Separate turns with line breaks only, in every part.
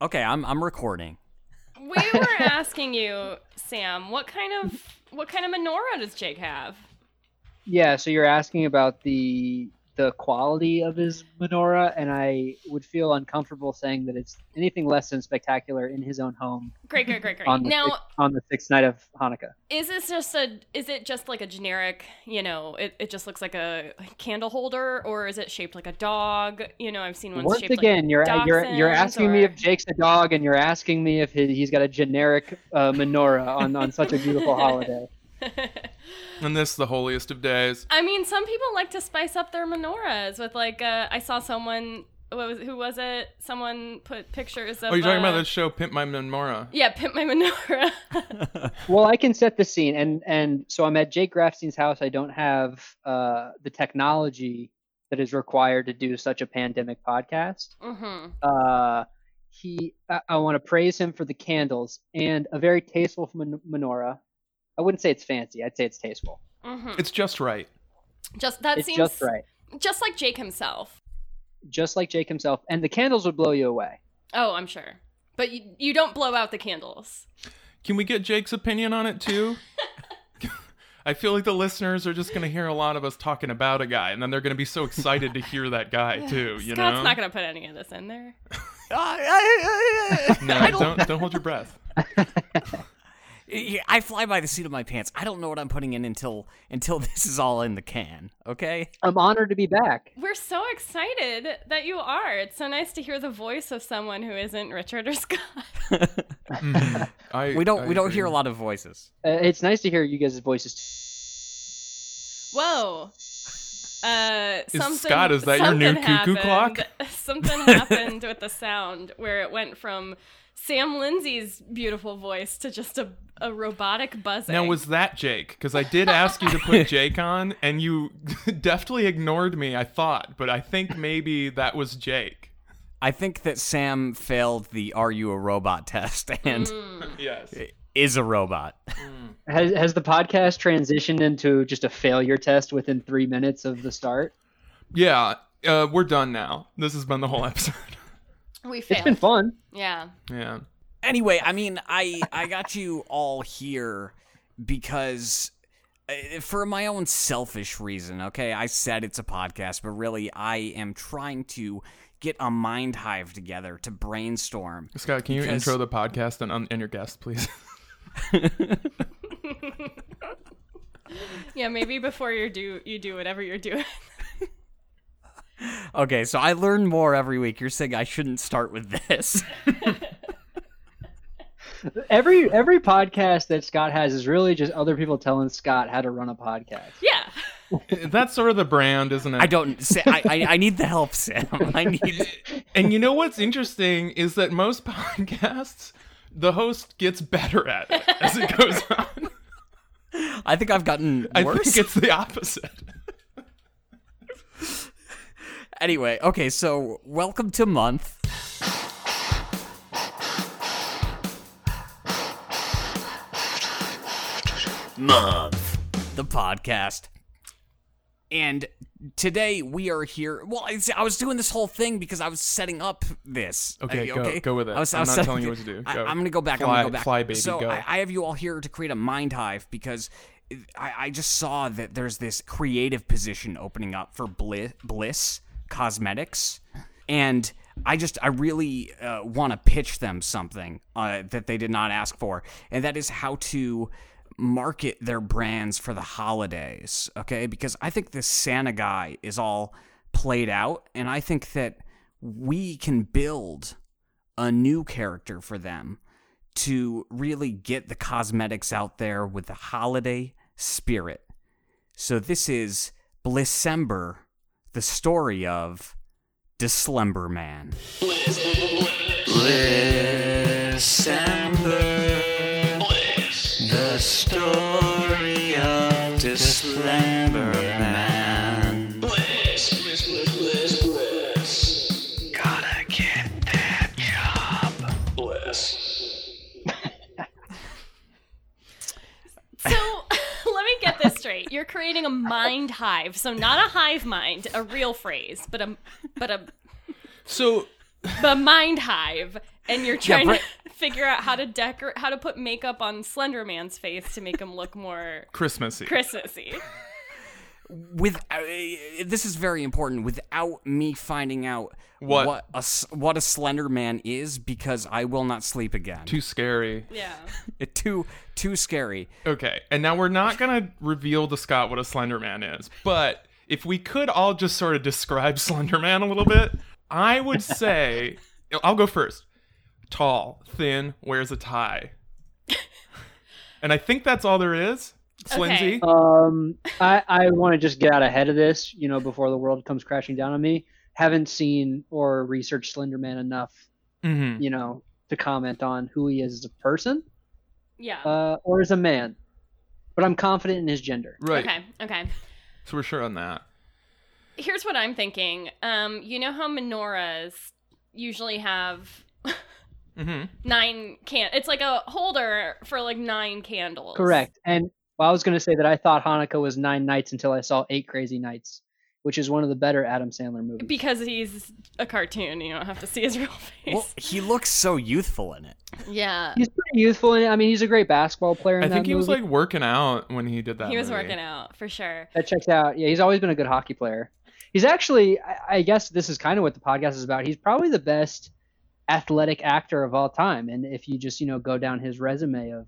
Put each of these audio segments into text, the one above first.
Okay, I'm I'm recording.
We were asking you, Sam, what kind of what kind of menorah does Jake have?
Yeah, so you're asking about the the quality of his menorah, and I would feel uncomfortable saying that it's anything less than spectacular in his own home
Great, great, great, great.
on the,
now,
sixth, on the sixth night of Hanukkah.
is this just a is it just like a generic, you know, it, it just looks like a candle holder or is it shaped like a dog? You know, I've seen ones
Once
shaped
again, you're you're you're
dachshunds
asking me
or-
if Jake's a dog, and you're asking me if he- he's got a generic uh, menorah on on such a beautiful holiday.
like
And this the holiest of days.
I mean, some people like to spice up their menorahs with like uh, I saw someone what was who was it? Someone put pictures of
Oh, you're talking about
uh,
that show, Pimp My Menorah.
Yeah, pimp my menorah.
Well, I can set the scene, and and so I'm at Jake Grafstein's house. I don't have uh, the technology that is required to do such a pandemic podcast.
hmm
Uh, he, I, I want to praise him for the candles and a very tasteful men- menorah. I wouldn't say it's fancy. I'd say it's tasteful.
hmm
It's just right.
Just that
it's
seems
just right,
just like Jake himself.
just like Jake himself. And the candles would blow you away.
Oh, I'm sure. But you, you don't blow out the candles.
Can we get Jake's opinion on it too? I feel like the listeners are just going to hear a lot of us talking about a guy, and then they're going to be so excited to hear that guy too. You
Scott's
know?
not going to put any of this in there.
I, I,
no, don't don't hold your breath.
I, I fly by the seat of my pants. I don't know what I'm putting in until until this is all in the can. Okay.
I'm honored to be back.
We're so excited that you are. It's so nice to hear the voice of someone who isn't Richard or Scott.
I,
Mm-hmm. We don't
I
we don't
agree.
hear a lot of voices.
Uh, it's nice to hear you guys' voices.
Whoa. Uh, something,
Scott, is that your new
something
cuckoo
happened-
clock?
Something happened with the sound where it went from Sam Lindsay's beautiful voice to just a, a robotic buzzing.
Now was that Jake? Because I did ask you to put Jake on, and you deftly ignored me. I thought, but I think maybe that was Jake.
I think that Sam failed the "Are you a robot?" test and
Yes.
is a robot.
Has, has the podcast transitioned into just a failure test within three minutes of the start?
Yeah. Uh, we're done now. This has been the whole episode.
we
It's been
failed.
fun.
Yeah.
yeah.
anyway, I mean, I I got you all here because uh, for my own selfish reason. Okay, I said it's a podcast, but really, I am trying to get a mind hive together to brainstorm.
Scott, can you
Because-
intro the podcast and, and your guest, please?
Yeah, maybe before you do you do whatever you're doing.
Okay, so I learn more every week. You're saying I shouldn't start with this.
Every every podcast that Scott has is really just other people telling Scott how to run a podcast.
Yeah.
Uh, That's sort of the brand, isn't it?
I don't. Say, I, I I need the help, Sam. I need.
And you know what's interesting is that most podcasts, the host gets better at it as it goes on.
I think I've gotten
I
worse.
think it's the opposite.
Anyway, okay, so welcome to month. Month. The podcast. And today we are here. Well, I, I was doing this whole thing because I was setting up this.
Okay,
Uh,
go- go with it.
I was, I
I'm
was
not
setting
telling you
it-
what to do.
I,
Go.
am going to go back.
Fly-
I'm going to go back.
fly, baby,
so
go.
I, I have you all here to create a mind hive because I, I just saw that there's this creative position opening up for Bliss, Bliss Cosmetics, and I just I really uh, want to pitch them something uh, that they did not ask for, and that is how to market their brands for the holidays. Okay, because I think this Santa guy is all played out, and I think that we can build a new character for them to really get the cosmetics out there with the holiday spirit. So this is Blissember, the story of Dislumber Man.
The story of Dismember Man. Gotta get that job.
So let me get this straight. You're creating a mind hive. So not a hive mind, a real phrase, but a but a
So
but a mind hive and you're trying
Brit-
to figure out how to decor how to put makeup on Slender Man's face to make him look more
Christmassy.
Christmassy.
with uh, this is very important without me finding out
What?
what a s- what a slender man is because I will not sleep again.
Too scary.
Yeah.
It- too too scary.
Okay, and now we're not gonna reveal to Scott what a Slender Man is, but if we could all just sort of describe Slender Man a little bit, I would say I'll go first. Tall, thin, wears a tie, and I think that's all there is.
Okay.
Slinsy,
Um, I, I want to just get out ahead of this, you know, before the world comes crashing down on me. Haven't seen or researched Slenderman enough,
mm-hmm.
you know, to comment on who he is as a person
Yeah.
uh, or as a man. But I'm confident in his gender.
right?
Okay. Okay.
So we're sure on that.
Here's what I'm thinking. Um, you know how menorahs usually have
Mm-hmm.
nine can it's like a holder for like nine candles.
Correct. And well, I was going to say that I thought Hanukkah was nine nights until I saw Eight Crazy Nights, which is one of the better Adam Sandler movies.
Because he's a cartoon, you don't have to see his real face.
Well, he looks so youthful in it.
yeah.
he's pretty youthful. In it. I mean, he's a great basketball player. In
I
that
think he was
movie.
like working out when he did that.
He was
movie.
working out for sure.
that checks out. Yeah, he's always been a good hockey player. He's actually, I, I guess, this is kind of what the podcast is about. He's probably the best athletic actor of all time, and if you just you know go down his resume of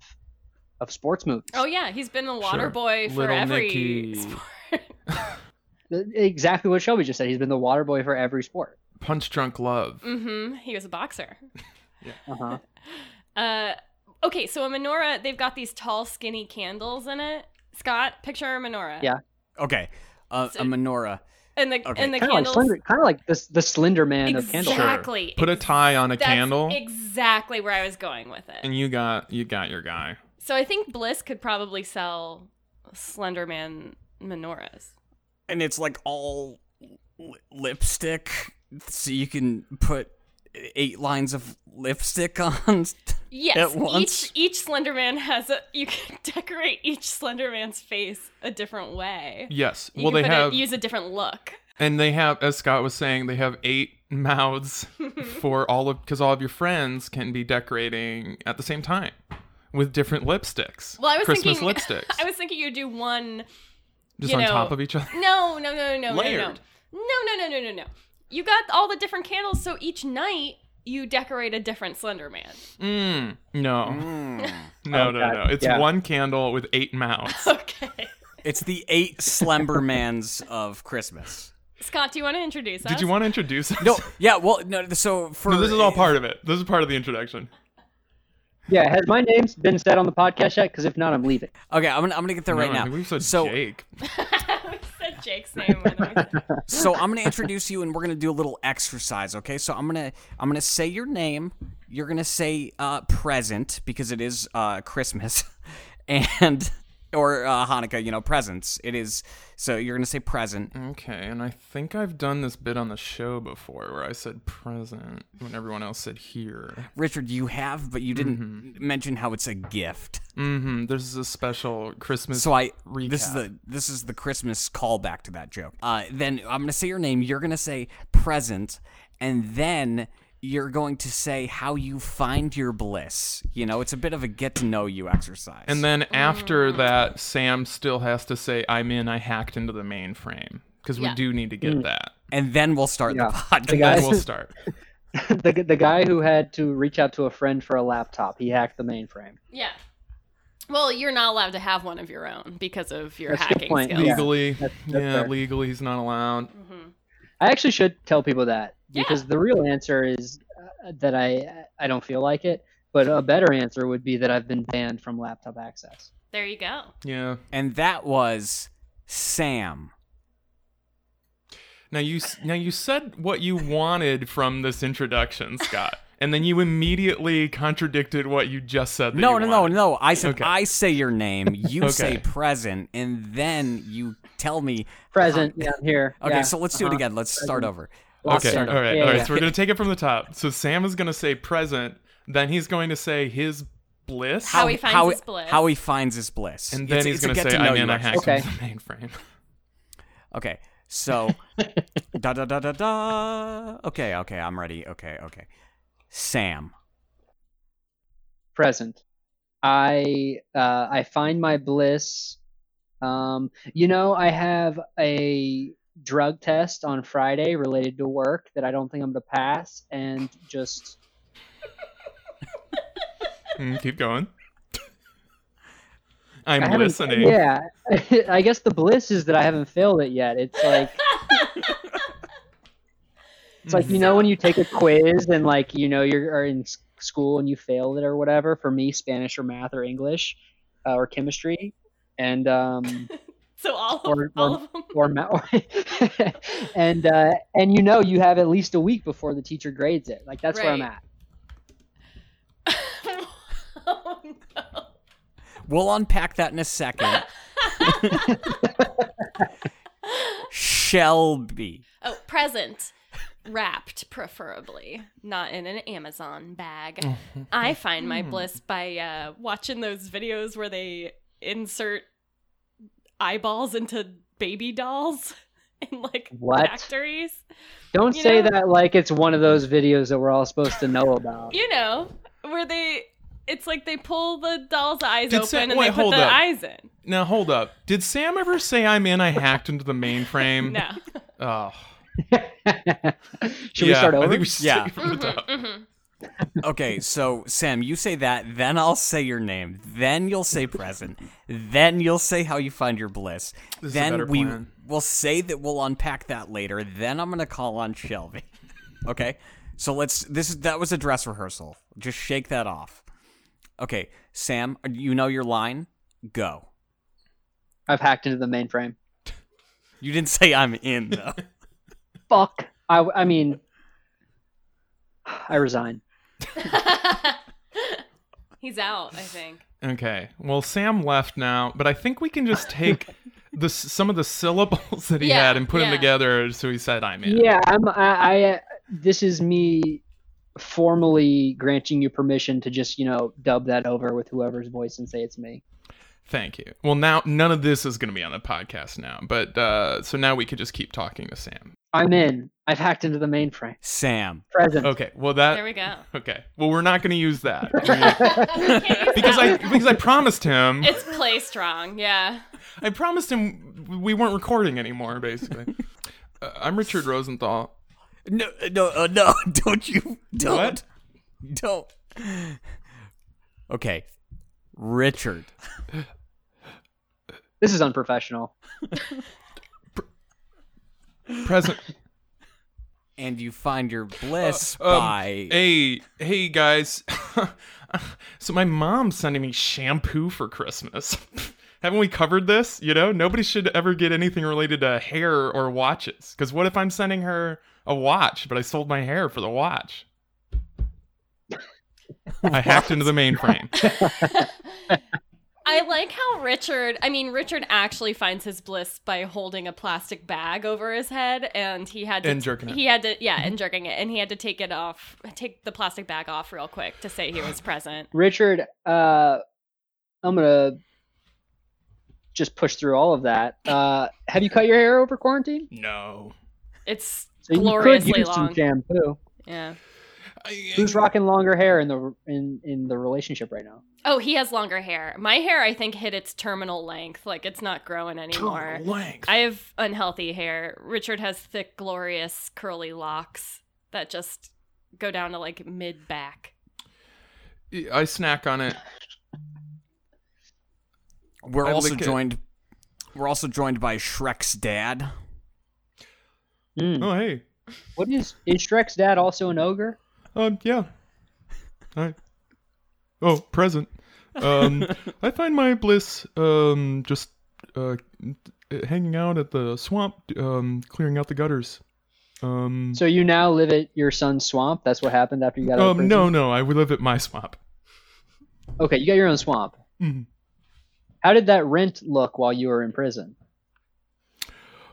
of sports movies,
Oh yeah, he's been the water
Sure.
boy for
Little
every
Nicky.
sport.
exactly what Shelby just said. He's been the water boy for every sport.
Punch drunk love.
hmm He was a boxer.
Uh-huh.
Uh, okay, so a menorah, they've got these tall, skinny candles in it. Scott, picture a menorah.
Yeah.
Okay, uh,
So-
a menorah.
And the
Okay.
and the
Kind of like
candles.
slender, kind of like this the Slender Man of
exactly.
candles.
Sure. Put a tie on a
That's
candle,
Exactly where I was going with it.
and you got you got your guy.
so I think Bliss could probably sell Slenderman menorahs.
and it's like all li- lipstick, so you can put eight lines of lipstick on.
Yes.
At once?
Each each Slenderman has a you can decorate each Slenderman's face a different way.
Yes.
You
well,
can
they
put a-
have
use a different look.
And they have, as Scott was saying, they have eight mouths for all of, because all of your friends can be decorating at the same time with different lipsticks.
Well, I was
Christmas
thinking
lipsticks,
I was thinking you do one
just
you
on
know,
top of each other.
No, no, no, no, no, no,
Layered.
no, no, no, no, no, no. You got all the different candles, so each night you decorate a different Slender Man.
Mm, no,
Mm.
no,
Oh,
no,
God,
no. It's
yeah.
one candle with eight mouths.
Okay.
It's the eight slumber mans of Christmas.
Scott, do you want to introduce us?
Did you want to introduce us?
No, yeah, well, no. So for
No, this is all part of it. This is part of the introduction.
Yeah, has my name been said on the podcast yet? Because if not, I'm leaving.
Okay, I'm gonna I'm gonna get there
No,
right
I
now.
think we've said
so
Jake.
we said Jake's name. When we said-
so I'm gonna introduce you, and we're gonna do a little exercise. Okay, so I'm gonna I'm gonna say your name. You're gonna say uh, present because it is uh, Christmas, and or uh, Hanukkah. You know, presents. It is. So you're gonna say present.
Okay, and I think I've done this bit on the show before where I said present when everyone else said here.
Richard, you have, but you didn't mention how it's a gift.
Mm-hmm. This is a special Christmas.
So I this
Recap.
is the this is the Christmas callback to that joke. Uh, then I'm gonna say your name. You're gonna say present, and then you're going to say how you find your bliss. You know, it's a bit of a get to know you exercise.
And then after
Mm.
that, Sam still has to say, "I'm in. I hacked into the mainframe." Because we
Yeah.
do need to get
Mm.
that.
and then we'll start
Yeah.
the podcast.
The
And
guy-
we'll start.
the the guy who had to reach out to a friend for a laptop, he hacked the mainframe.
yeah. Well, you're not allowed to have one of your own because of your
That's a good
hacking
point.
skills.
Yeah.
legally,
That's- that's
yeah,
fair.
legally he's not allowed.
Mm-hmm.
I actually should tell people that
Yeah.
because the real answer is uh, that I I don't feel like it, but a better answer would be that I've been banned from laptop access.
There you go.
Yeah.
And that was Sam.
Now you s- now you said what you wanted from this introduction, Scott, and then you immediately contradicted what you just said. That
No,
you
no, no,
wanted.
no. I said
Okay.
I say your name. You
Okay.
say present, and then you tell me.
Present, yeah, I'm here.
Okay,
yeah,
so let's do it
uh-huh.
again. Let's start
Present.
over. Let's
Okay. All
start over.
right.
Yeah,
all right.
yeah.
So we're gonna take it from the top. So Sam is gonna say present. Then he's going to say his bliss.
How he finds his bliss.
How he finds his bliss.
and then
It's-
he's
it's a
going to
get
say,
know
"I'm
you
in. I hacked
exercise.
into the mainframe."
Okay, so da da da da da. Okay, okay, I'm ready. Okay, okay. Sam,
present. I uh, I find my bliss. Um, you know, I have a drug test on Friday related to work that I don't think I'm gonna pass, and just
Mm, keep going. I'm
I haven't-
listening.
Yeah, I guess the bliss is that I haven't failed it yet. It's like It's like you know when you take a quiz and like you know you're are in s- school and you failed it or whatever. For me, Spanish or math or English uh, or chemistry, and um,
So all of,
Or-
all
or-
of them.
or ma- and uh, and you know you have at least a week before the teacher grades it. Like that's where I'm
Right.
at.
oh no.
We'll unpack that in a second. Shelby.
Oh, present. Wrapped, preferably, not in an Amazon bag. I find
Hmm.
my bliss by uh, watching those videos where they insert eyeballs into baby dolls in like
What?
factories.
Don't
You
say
know-
that like it's one of those videos that we're all supposed to know about.
You know, where they. It's like they pull the doll's eyes
Did
open
Sa-
and
wait,
they put
hold
the
up.
eyes in.
Now hold up. Did Sam ever say I'm in? I hacked into the mainframe.
No.
Oh.
Should we
Yeah,
start over?
I think we should
Yeah.
take it from the
Mhm,
top.
mhm.
Okay, so Sam, you say that, then I'll say your name, then you'll say present, then you'll say how you find your bliss.
This is a
then
better
we
plan.
will say that we'll unpack that later. Then I'm gonna call on Shelby. Okay, so let's. This is that was a dress rehearsal. Just shake that off. Okay, Sam, you know your line. Go.
I've hacked into the mainframe.
You didn't say I'm in though.
Fuck. I I mean, I resign.
He's out, I think.
Okay. Well, Sam left now, but I think we can just take the s- some of the syllables that he
Yeah,
had and put
yeah.
them together. So he said I'm in.
Yeah, I'm. I, I uh, this is me formally granting you permission to just you know dub that over with whoever's voice and say it's me.
Thank you. Well, now none of this is going to be on the podcast now, but uh, so now we could just keep talking to Sam.
I'm in. I've hacked into the mainframe.
Sam.
Present.
Okay. Well, that.
There we go.
Okay. Well, we're not going to use that
Can't use
because
that
I
one.
because I promised him.
It's play strong, yeah.
I promised him we weren't recording anymore. Basically, uh, I'm Richard Rosenthal.
No, no, uh, no! Don't you? Don't.
What?
Don't. Okay, Richard.
This is unprofessional.
Present.
and you find your bliss
Um,
by
Hey, hey guys. so my mom's sending me shampoo for Christmas. Haven't we covered this? You know, nobody should ever get anything related to hair or watches. Because what if I'm sending her a watch, but I sold my hair for the watch? I hacked into the mainframe.
I like how Richard, I mean, Richard actually finds his bliss by holding a plastic bag over his head and he had to.
And jerking it.
He had to, yeah, and jerking it. And he had to take it off, take the plastic bag off real quick to say he was present.
Richard, uh, I'm gonna just push through all of that. Uh, have you cut your hair over quarantine?
No.
It's
So you could
gloriously
use some
long.
shampoo.
Yeah.
I,
Who's rocking longer hair in the in in the relationship right now?
Oh, he has longer hair. My hair, I think, hit its terminal length. Like, it's not growing anymore.
length.
I have unhealthy hair. Richard has thick, glorious, curly locks that just go down to like mid back.
I snack on it.
we're
I
also
lick it.
joined we're also joined by Shrek's dad.
Hmm.
Oh hey.
What is is Shrek's dad also an ogre?
Um, yeah. I. Oh, present. Um, I find my bliss um just uh hanging out at the swamp, um, clearing out the gutters. Um.
So you now live at your son's swamp. That's what happened after you got out of
um.
prison?
No, no. I would live at my swamp.
Okay, you got your own swamp.
Mhm.
How did that rent look while you were in prison?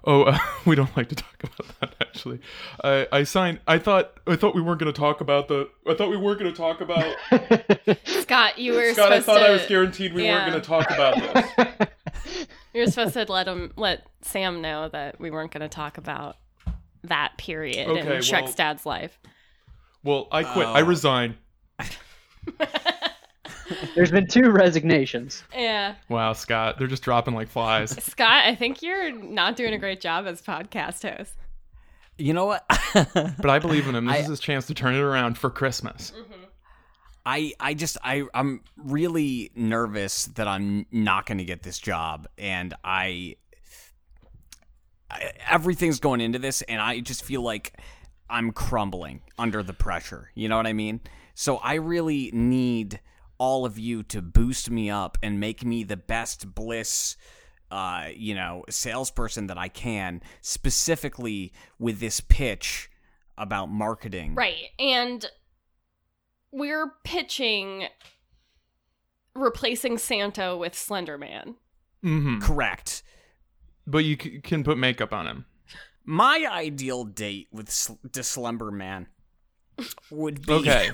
Oh, uh, we don't like to talk about that. Actually, I I signed. I thought I thought we weren't going to talk about the. I thought we weren't going to talk about.
Scott, you were
Scott, I
supposed
thought
to.
I was guaranteed we
yeah.
weren't going to talk about this.
You were supposed to let him, let Sam know that we weren't going to talk about that period in
Okay,
Shrek's
well-
dad's life.
Well, I quit. I
Oh.
resign.
There's been two resignations.
Yeah.
Wow, Scott, they're just dropping like flies.
Scott, I think you're not doing a great job as podcast host.
You know what?
But I believe in him. This is his chance to turn it around for Christmas.
I I just I I'm really nervous that I'm not going to get this job and I, I everything's going into this and I just feel like I'm crumbling under the pressure. You know what I mean? So I really need all of you to boost me up and make me the best bliss uh, you know, salesperson that I can, specifically with this pitch about marketing.
Right. And we're pitching replacing Santa with Slenderman.
hmm
Correct.
But you c- can put makeup on him.
My ideal date with sl- Slumber Man would be
Okay.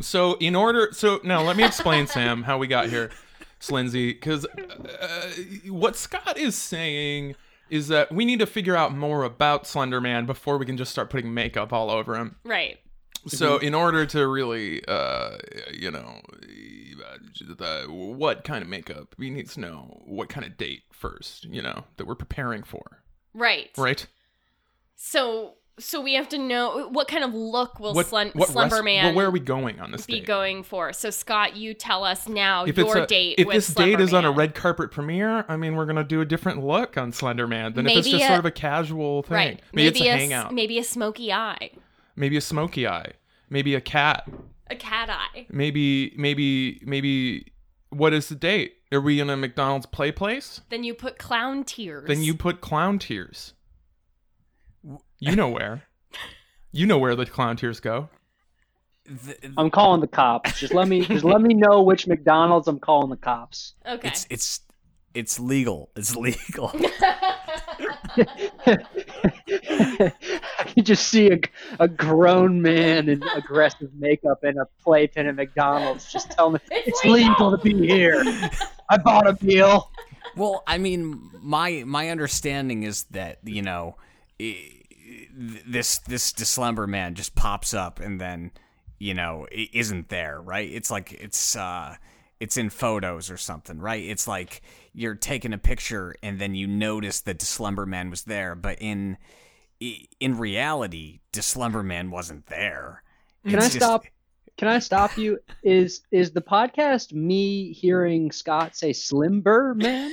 so in order, so now let me explain, Sam, how we got here, Slindsay, because uh, what Scott is saying is that we need to figure out more about Slender Man before we can just start putting makeup all over him.
Right.
So in order to really, uh, you know, uh, what kind of makeup, we need to know what kind of date first, you know, that we're preparing for,
Right.
right?
So so we have to know what kind of look will Slum-
what rest-
Slumberman
well, where are we going on this
be
date?
going for? So Scott, you tell us now
if it's
your
a,
date
if
with
this date is on a
Slumberman.
red carpet premiere, I mean, we're gonna do a different look on Slender Man than if it's
Maybe
just
a-
sort of a casual thing.
Right.
Maybe, it's a,
s-
hangout. Maybe...
Maybe a smoky eye.
a smoky eye. Maybe a cat.
A cat eye.
Maybe maybe maybe. What is the date? Are we in a McDonald's play place?
Then you put clown tears.
Then you put clown tears. You know where. You know where the clown tears go.
th- th-
I'm calling the cops. Just let me just let me know which McDonald's I'm calling the cops.
Okay.
it's it's it's legal. It's legal.
you just see a, a grown man in aggressive makeup and a playpen at McDonald's just telling me
It's
it's
legal."
legal to be here. I bought a meal.
well, I mean, my my understanding is that you know i- i- this this Slumber Man just pops up and then you know i- isn't there, right? It's like it's uh it's in photos or something, right? It's like you're taking a picture and then you notice that Slumber Man was there, but in i- in reality, Slumber Man wasn't there.
Can I stop? Can I stop you? Is is the podcast me hearing Scott say "slimber man"?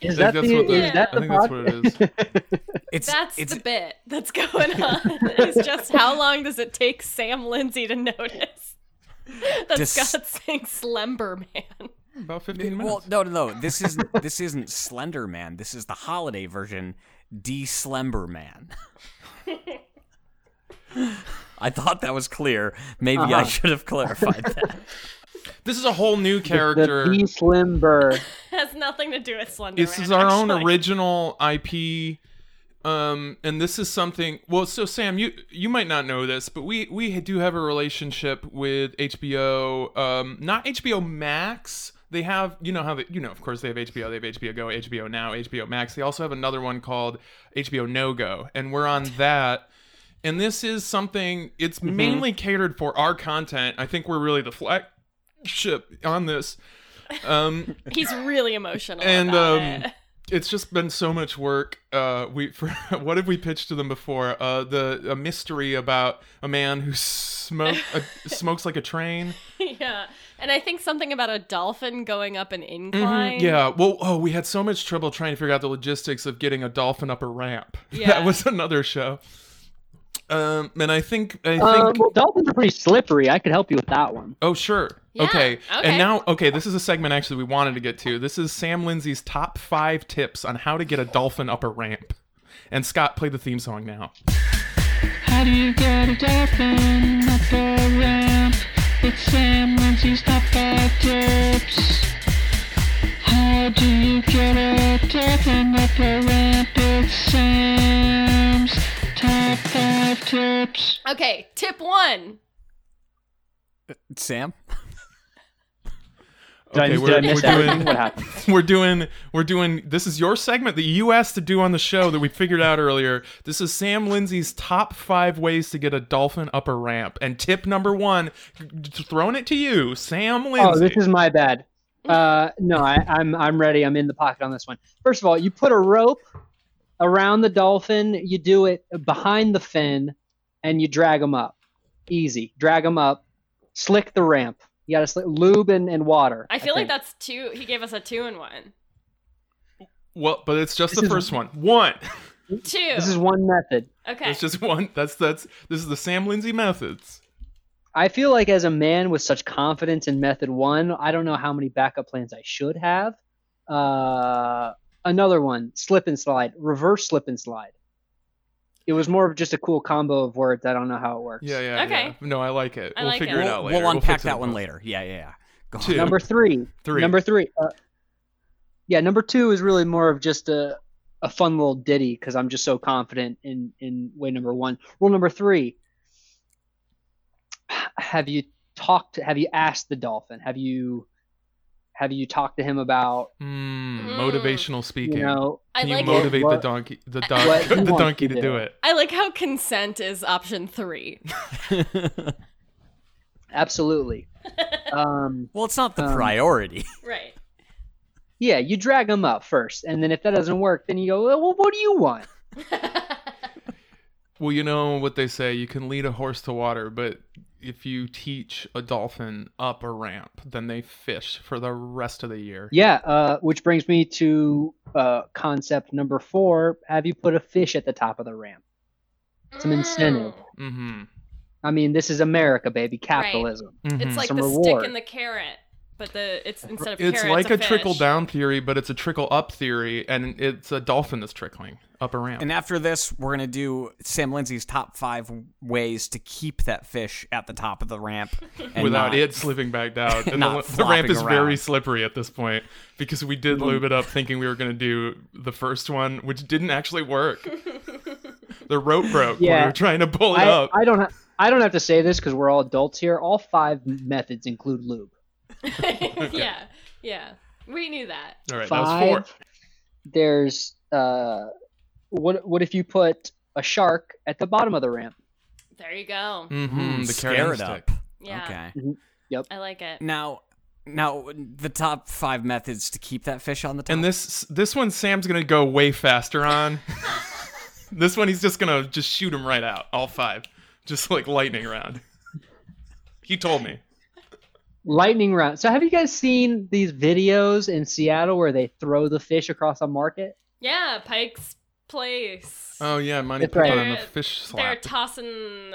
Is
I
that the
think that's what
the-
is that
I
the
think that's
pod-
what it
It's
That's
it's
the bit that's going on. It's just how long does it take Sam Lindsay to notice that
Dis-
Scott saying Slumber Man?
about fifteen minutes.
Well, no, no, no. This isn't this isn't Slender Man. This is the holiday version, D Slumber Man. I thought that was clear. Maybe I
Uh-huh.
should have clarified that.
this is a whole new character.
the be slimber?
Has nothing to do with Slumber
this
Man.
is our own
actually.
original IP. Um, and this is something. Well, so Sam, you you might not know this, but we we do have a relationship with HBO. Um, not HBO Max. They have, you know how they, you know, of course they have HBO. They have HBO Go, HBO Now, HBO Max. They also have another one called HBO No Go, and we're on that. And this is something. It's mainly catered for our content. I think we're really the flagship on this. Um,
He's really emotional.
And,
about
um,
it.
it's just been so much work. Uh, we for, what have we pitched to them before? Uh, the a mystery about a man who smoke, uh, smokes like a train.
yeah, and I think something about a dolphin going up an incline.
Mm-hmm, Yeah. Well, oh, we had so much trouble trying to figure out the logistics of getting a dolphin up a ramp.
Yeah.
that was another show. Um, and I think I think.
Um, well, dolphins are pretty slippery. I could help you with that one.
Oh sure.
Yeah,
okay.
okay.
And now okay, this is a segment actually we wanted to get to. This is Sam Lindsay's top 5 tips on how to get a dolphin up a ramp. And Scott play the theme song now.
How do you get a dolphin up a ramp? It's Sam Lindsay's top five tips. How do you get a dolphin up a ramp? It's Sam's top five tips.
Okay, tip one.
Sam,
Did I-
Okay,
did
we're,
I miss
we're
anything?
doing
What happened?
we're doing we're doing this is your segment that you asked to do on the show that we figured out earlier. This is Sam Lindsay's top five ways to get a dolphin up a ramp. And tip number one, just throwing it to you, Sam
Oh,
Lindsay.
this is my bad.
Mm.
Uh, no, I, I'm I'm ready. I'm in the pocket on this one. First of all, you put a rope around the dolphin. You do it behind the fin, and you drag them up. Easy. Drag them up. Slick the ramp. You gotta slick, lube and, and water.
I feel like
think.
that's two. He gave us a two and one.
well, but it's just
This
the
is-
first one. One.
Two.
This is one method.
okay.
It's just one. That's that's this is the Sam Lindsay methods.
I feel like as a man with such confidence in method one, I don't know how many backup plans I should have. Uh, another one, slip and slide, reverse slip and slide. It was more of just a cool combo of words. I don't know how it works.
Yeah, yeah.
Okay.
yeah. No, I like it.
I
we'll
like
figure
it.
it,
We'll-
out
we'll
later.
unpack
fix it
that one
up.
later. Yeah, yeah, yeah. Go on.
Two.
Number three.
Three.
Number three. Uh, yeah, number two is really more of just a, a fun little ditty because I'm just so confident in, in way number one. Rule number three Have you talked, have you asked the dolphin? Have you. Have you talked to him about
Mm,
Mm.
motivational speaking.
you know
I
Can you
like it.
motivate
What-
the donkey the,
what
donkey,
he
the
wants
donkey
to
to
do.
do it?
I like how consent is option three.
Absolutely. um,
well, it's not the
Um,
priority.
right.
yeah, you drag them up first, and then if that doesn't work, then you go, well, what do you want?
Well, you know what they say, you can lead a horse to water, but if you teach a dolphin up a ramp, then they fish for the rest of the year.
Yeah, uh, which brings me to uh, concept number four. Have you put a fish at the top of the ramp? Some incentive.
Mm-hmm.
I mean, this is America, baby, capitalism.
Mm-hmm.
Mm-hmm.
It's like
Some
the stick
reward.
and the carrot, but the it's instead of
it's
carrot,
like a,
fish.
trickle down theory, but it's a trickle up theory, and it's a dolphin that's trickling up a ramp.
And after this, we're gonna do Sam Lindsay's top five ways to keep that fish at the top of the ramp and
without
not-
it slipping back down. And
not
the, the ramp
flopping
is very
around.
slippery at this point because we did lube it up thinking we were going to do the first one, which didn't actually work. the rope broke when we
Yeah.
were trying to pull it
I,
up.
I don't. Ha- I don't have to say this because we're all adults here. All five methods include lube.
yeah. Yeah. We knew that.
All right, that was four.
five. There's uh, what? What if you put a shark at the bottom of the ramp?
There you go.
Mm-hmm,
Mm,
the
scare
carrot
it
stick.
up.
Yeah.
Okay.
I like it.
Now, now the top five methods to keep that fish on the top.
And this this one, Sam's going to go way faster on. this one, he's just going to just shoot him right out, all five, just like lightning round. He told me.
Lightning round. So have you guys seen these videos in Seattle where they throw the fish across a market?
Yeah, Pike's Place.
Oh yeah, Monty
That's right.
Python and the
They're-
fish
They're
slap.
tossing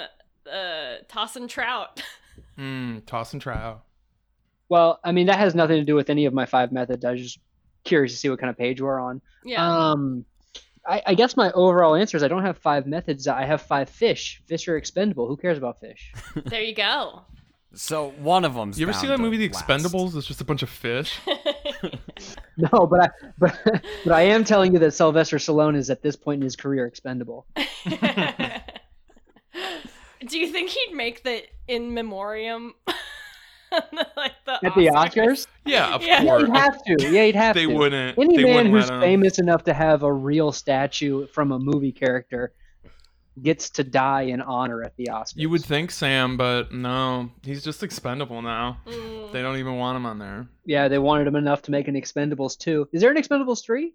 uh tossing trout.
mm, toss and try out.
Well, I mean that has nothing to do with any of my five methods. I was just curious to see what kind of page we're on.
yeah.
Um I, I guess my overall answer is I don't have five methods. I have five fish. Fish are expendable. Who cares about fish?
there you go.
so one of them's.
You ever see that
bound to
movie, The
last.
Expendables? It's just a bunch of fish.
No, but I but, but I am telling you that Sylvester Stallone is at this point in his career expendable.
Do you think he'd make the in memoriam like the
At the
Oscars?
Oscars?
Yeah, of
Yeah.
Yeah,
course.
he'd have to. Yeah, he'd have
they
to.
wouldn't.
Any
they
man
wouldn't
who's
let 'em.
famous enough to have a real statue from a movie character gets to die in honor at the Oscars.
You would think Sam, but no, he's just expendable now.
Mm.
They don't even want him on there.
Yeah, they wanted him enough to make an Expendables 2. Is there an Expendables 3?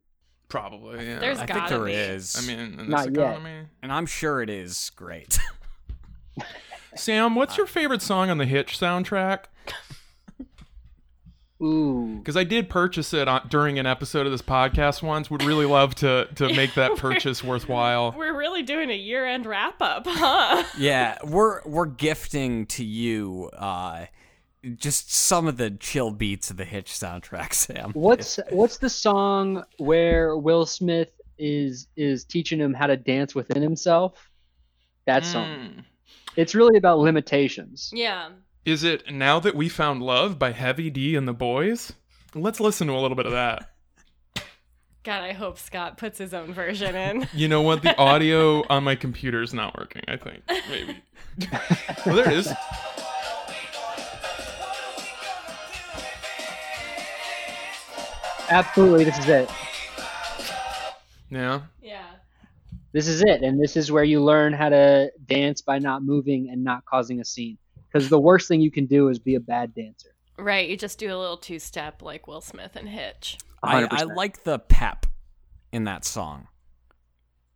Probably. Yeah.
There's
I think
gotta
there
be.
is.
I mean, in this
Not yet.
economy.
and I'm sure it is great.
Sam, what's your favorite song on the Hitch soundtrack?
Ooh.
Because I did purchase it on, during an episode of this podcast once. Would really love to to make that purchase worthwhile.
We're really doing a year end wrap up, huh?
yeah, we're we're gifting to you uh, just some of the chill beats of the Hitch soundtrack, Sam.
What's what's the song where Will Smith is is teaching him how to dance within himself? That song.
Mm.
It's really about limitations.
yeah.
Is it Now That We Found Love by Heavy D and the Boys? Let's listen to a little bit of that.
God, I hope Scott puts his own version in.
You know what? The audio on my computer is not working, I think. Maybe. well, there it is.
absolutely, this is it.
Yeah.
Yeah.
This is it, and this is where you learn how to dance by not moving and not causing a scene. Because the worst thing you can do is be a bad dancer.
Right. You just do a little two step like Will Smith and Hitch.
I,
100%.
I like the pep in that song.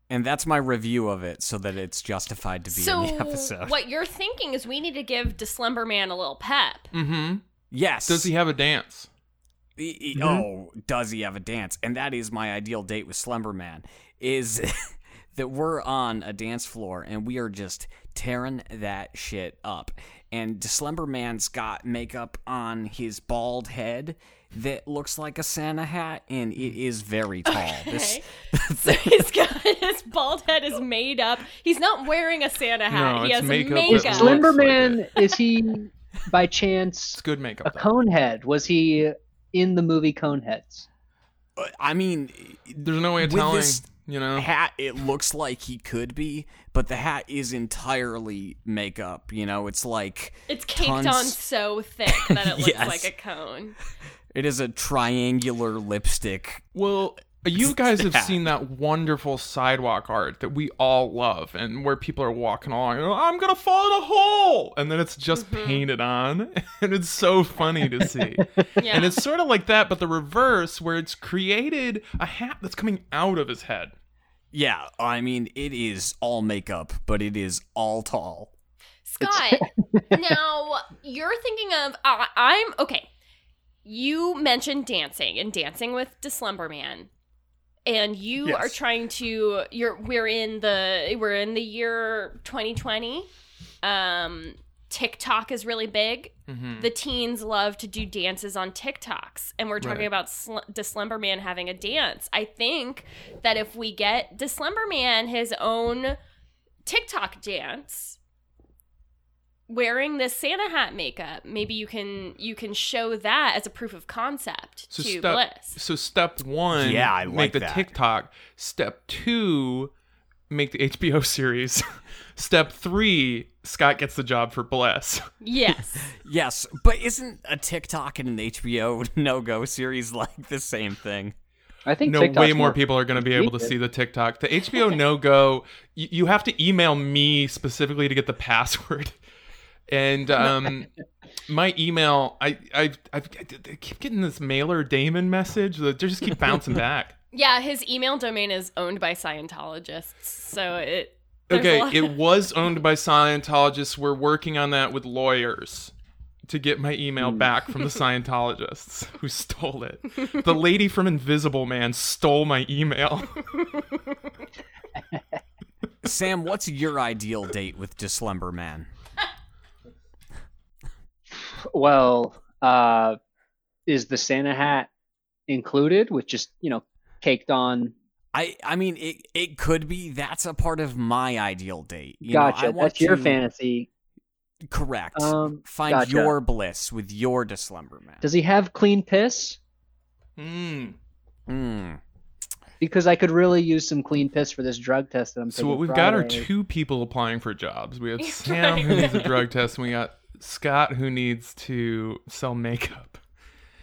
And that's my review of it so that it's justified to be
So
in the episode.
what you're thinking is we need to give Deslumber Man a little pep.
Mm-hmm.
Yes.
Does he have a dance?
E- e- Oh, does he have a dance? And that is my ideal date with Slumber Man is that we're on a dance floor and we are just tearing that shit up. And Slumber Man's got makeup on his bald head that looks like a Santa hat and it is very tall. This
Okay. so he's got his bald head is made up. He's not wearing a Santa hat.
No,
he
it's
has
makeup
makeup.
Is
that looks
Slender
like
Man, is he by chance
It's good
a
makeup. though.
conehead? Was he in the movie Coneheads?
uh, I mean,
There's no way of
With
telling.
this
You know.
hat it looks like he could be, but the hat is entirely makeup, you know. It's like
It's caked
Tons-
on so thick that it looks
Yes.
like a cone.
it is a triangular lipstick
Well, you guys have
Yeah.
seen that wonderful sidewalk art that we all love, and where people are walking along, and, I'm gonna fall in a hole, and then it's just painted on, and it's so funny to see.
Yeah.
And it's sort of like that, but the reverse, where it's created a hat that's coming out of his head.
Yeah, I mean, it is all makeup, but it is all tall.
Scott, now you're thinking of I I'm okay. You mentioned dancing and dancing with Deslumber Man. And you
Yes.
are trying to you're we're in the we're in the year 2020. Um TikTok is really big.
Mm-hmm.
The teens love to do dances on TikToks, and we're talking
Right.
about sl- Deslumber Man having a dance. I think that if we get Deslumber Man his own TikTok dance, wearing this Santa hat makeup, maybe you can you can show that as a proof of concept
So
to
step
Bliss.
so step one,
Yeah, I like
make the
that.
TikTok. Step two, make the HBO series. step three, Scott gets the job for Bless.
Yes,
Yes, but isn't a TikTok and an HBO no go series like the same thing?
I think
no
TikTok's
way more people are going to be able to
addicted.
see the TikTok. The HBO No Go, you, you have to email me specifically to get the password. And um, my email, I, I, I, I keep getting this mailer Damon message. They just keep bouncing back.
yeah. His email domain is owned by Scientologists, so it. there's a
Okay,
lot-
it was owned by Scientologists. We're working on that with lawyers to get my email back from the Scientologists who stole it. The lady from Invisible Man stole my email.
Sam, what's your ideal date with Dislumber Man?
Well, uh, is the Santa hat included with just you know caked on?
I I mean, it it could be that's a part of my ideal date. You know, I
gotcha.
want
That's your
to-
fantasy.
Correct.
Um,
Find
gotcha.
your bliss with your Dislumber Man.
Does he have clean piss?
Mm.
Mm.
Because I could really use some clean piss for this drug test that I'm
So
taking
what we've got are
Friday.
two people applying for jobs. We have
Right.
Sam who needs a drug test, and we got Scott who needs to sell makeup.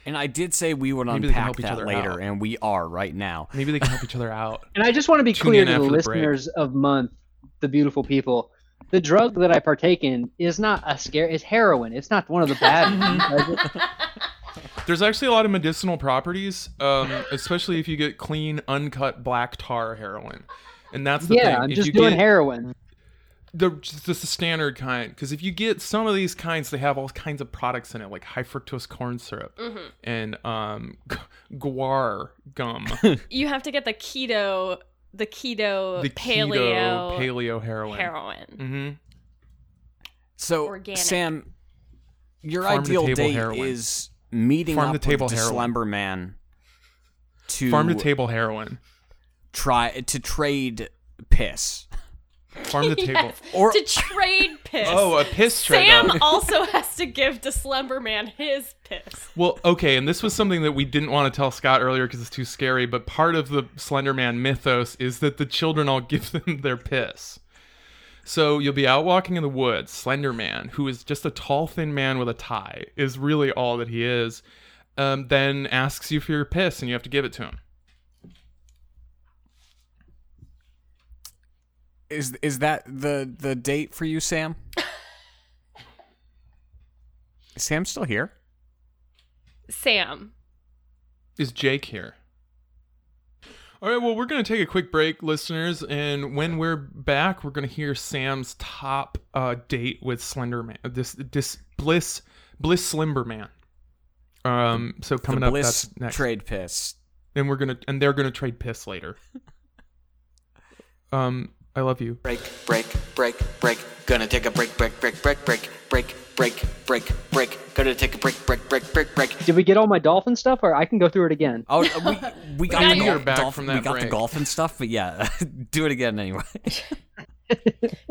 And I did say we would
Maybe they can
unpack
help each
that
other
later,
out.
and we are right now.
Maybe they can help each other out.
And I just want to be
Tune
clear
in
to the
after the break.
listeners of month, the beautiful people. The drug that I partake in is not a scare. It's heroin. It's not one of the bad.
There's actually a lot of medicinal properties, um, especially if you get clean, uncut black tar heroin. And that's the
yeah,
thing.
I'm
if
just
you
doing
get
heroin.
the just the standard kind, because if you get some of these kinds, they have all kinds of products in it, like high fructose corn syrup
Mm-hmm.
and um, gu- guar gum, the
you have to get the keto, the keto,
keto
paleo,
paleo heroin.
heroin.
Mm-hmm.
So,
Organic.
Sam, your
Farm to
ideal
table
date
heroin.
is meeting
Farm
up
to table
with
heroin.
Slumber Man to
Farm to table heroin.
try to trade piss.
Farm to Mm, table.
Yes,
Or-
to trade piss.
Oh, a piss trade.
Sam also has to give to Slumber Man his piss.
Well, okay, and this was something that we didn't want to tell Scott earlier because it's too scary, but part of the Slender Man mythos is that the children all give them their piss. So you'll be out walking in the woods. Slender Man, who is just a tall, thin man with a tie, is really all that he is. um, then asks you for your piss and you have to give it to him.
Is is that the the date for you, Sam? Is Sam still here?
Sam.
Is Jake here? All right, well, we're going to take a quick break, listeners. And when we're back, we're going to hear Sam's top uh, date with Slender Man, this, this Bliss, Bliss Slimber Man. Um, so coming
the
up,
Bliss
that's next.
trade piss.
and we're gonna and they're gonna trade piss later. um, I love you.
Break, break, break, break. Gonna take a break, break, break, break, break, break, break, break, break. Gonna take a break, break, break, break, break.
Did we get all my dolphin stuff, or I can go through it again?
Oh, we we got
got
the
you.
gol-
You're back
golf-
from
we
that
got the
break.
golf and stuff, but yeah, do it again anyway.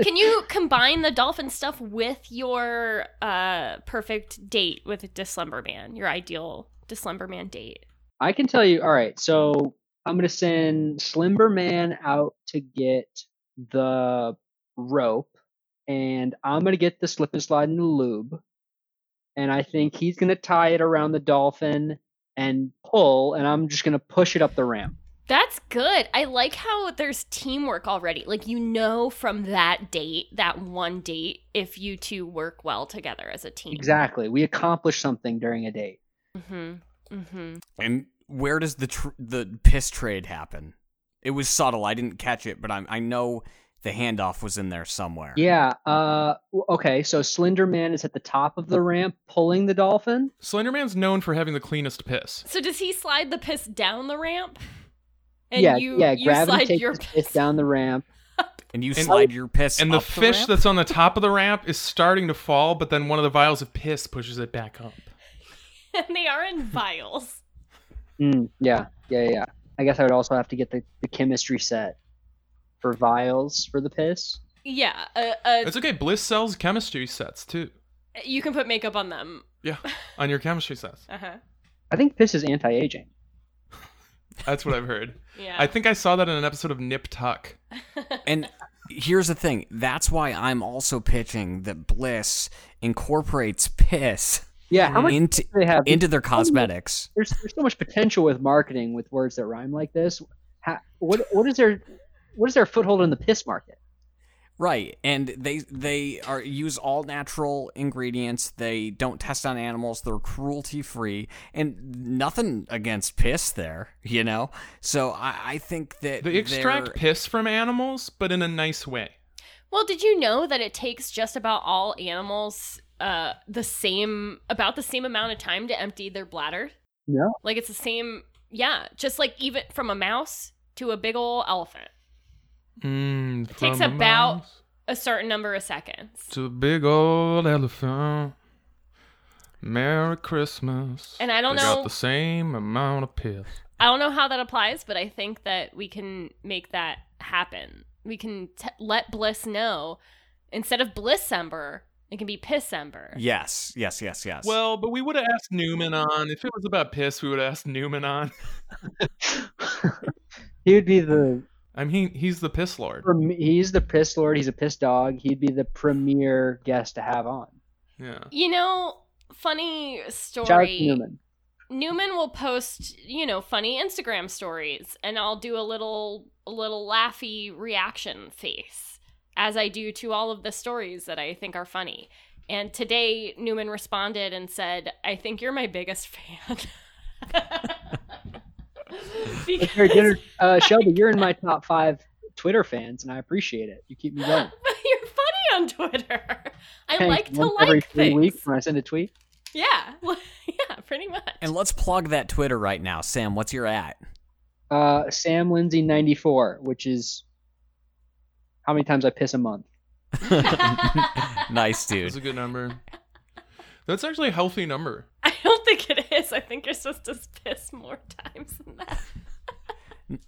Can you combine the dolphin stuff with your uh, perfect date with a Dislumber Man, your ideal Dislumber Man date?
I can tell you. All right, so I'm gonna send Slimber Man out to get the rope, and I'm gonna get the slip and slide and the lube, and I think he's gonna tie it around the dolphin and pull, and I'm just gonna push it up the ramp.
That's good. I like how there's teamwork already. Like, you know, from that date, that one date, if you two work well together as a team.
Exactly, we accomplished something during a date.
hmm hmm
and where does the tr- the piss trade happen? It was subtle. I didn't catch it, but I I know the handoff was in there somewhere.
Yeah. Uh. w- Okay. So Slender Man is at the top of the ramp pulling the dolphin.
Slenderman's known for having the cleanest piss.
So, does he slide the piss down the ramp? And
yeah.
you,
yeah.
you
gravity
slide
takes
your
his
piss
piss down the ramp.
and you
And- oh,
slide your piss.
And the
up
fish
ramp?
that's on the top of the ramp is starting to fall, but then one of the vials of piss pushes it back up.
and they are in vials.
Mm, yeah. Yeah. Yeah. I guess I would also have to get the, the chemistry set for vials for the piss.
Yeah, uh, uh,
It's okay. Bliss sells chemistry sets too.
you can put makeup on them.
Yeah, on your chemistry sets.
Uh huh.
I think piss is anti-aging.
That's what I've heard.
Yeah.
I think I saw that in an episode of Nip Tuck.
And here's the thing. That's why I'm also pitching that Bliss incorporates piss
Yeah. How much
into
do they have?
into their cosmetics.
there's there's so much potential with marketing with words that rhyme like this. How, what what is their what is their foothold in the piss market?
Right. And they they are use all natural ingredients. They don't test on animals. They're cruelty free and nothing against piss there, you know? So I, I think that
They extract
they're-
piss from animals, but in a nice way.
well, did you know that it takes just about all animals uh, the same about the same amount of time to empty their bladder?
No.
Like it's the same. Yeah, just like even from a mouse to a big ol' elephant,
Mm, it
takes about- a certain number of seconds.
to big old elephant. Merry Christmas.
And I don't
They
know-
Got the same amount of piss.
I don't know how that applies, but I think that we can make that happen. We can t- let Bliss know instead of Blissember, it can be Pissember.
Yes, yes, yes, yes.
Well, but we would have asked Newman on. If it was about piss, we would have asked Newman on.
he would be the
I mean, he's the piss lord.
prem- he's the piss lord. He's a piss dog. He'd be the premier guest to have on.
Yeah.
You know, funny story.
Shout out to Newman.
Newman will post, you know, funny Instagram stories and I'll do a little a little laughy reaction face as I do to all of the stories that I think are funny. And today Newman responded and said, "I think you're my biggest fan."
Like, "Here, dinner- uh, Shelby, you're in my top five Twitter fans, and I appreciate it. You keep me going.
you're funny on Twitter. I
Thanks.
like to
Once every
like
three
things.
weeks when I send a tweet.
Yeah. yeah, pretty much.
and let's plug that Twitter right now. Sam, what's your at?
Uh, Sam Lindsay ninety four, which is how many times I piss a month.
nice
That's
dude.
a good number. That's actually a healthy number.
I don't think it is. I think you're supposed to piss more times than that.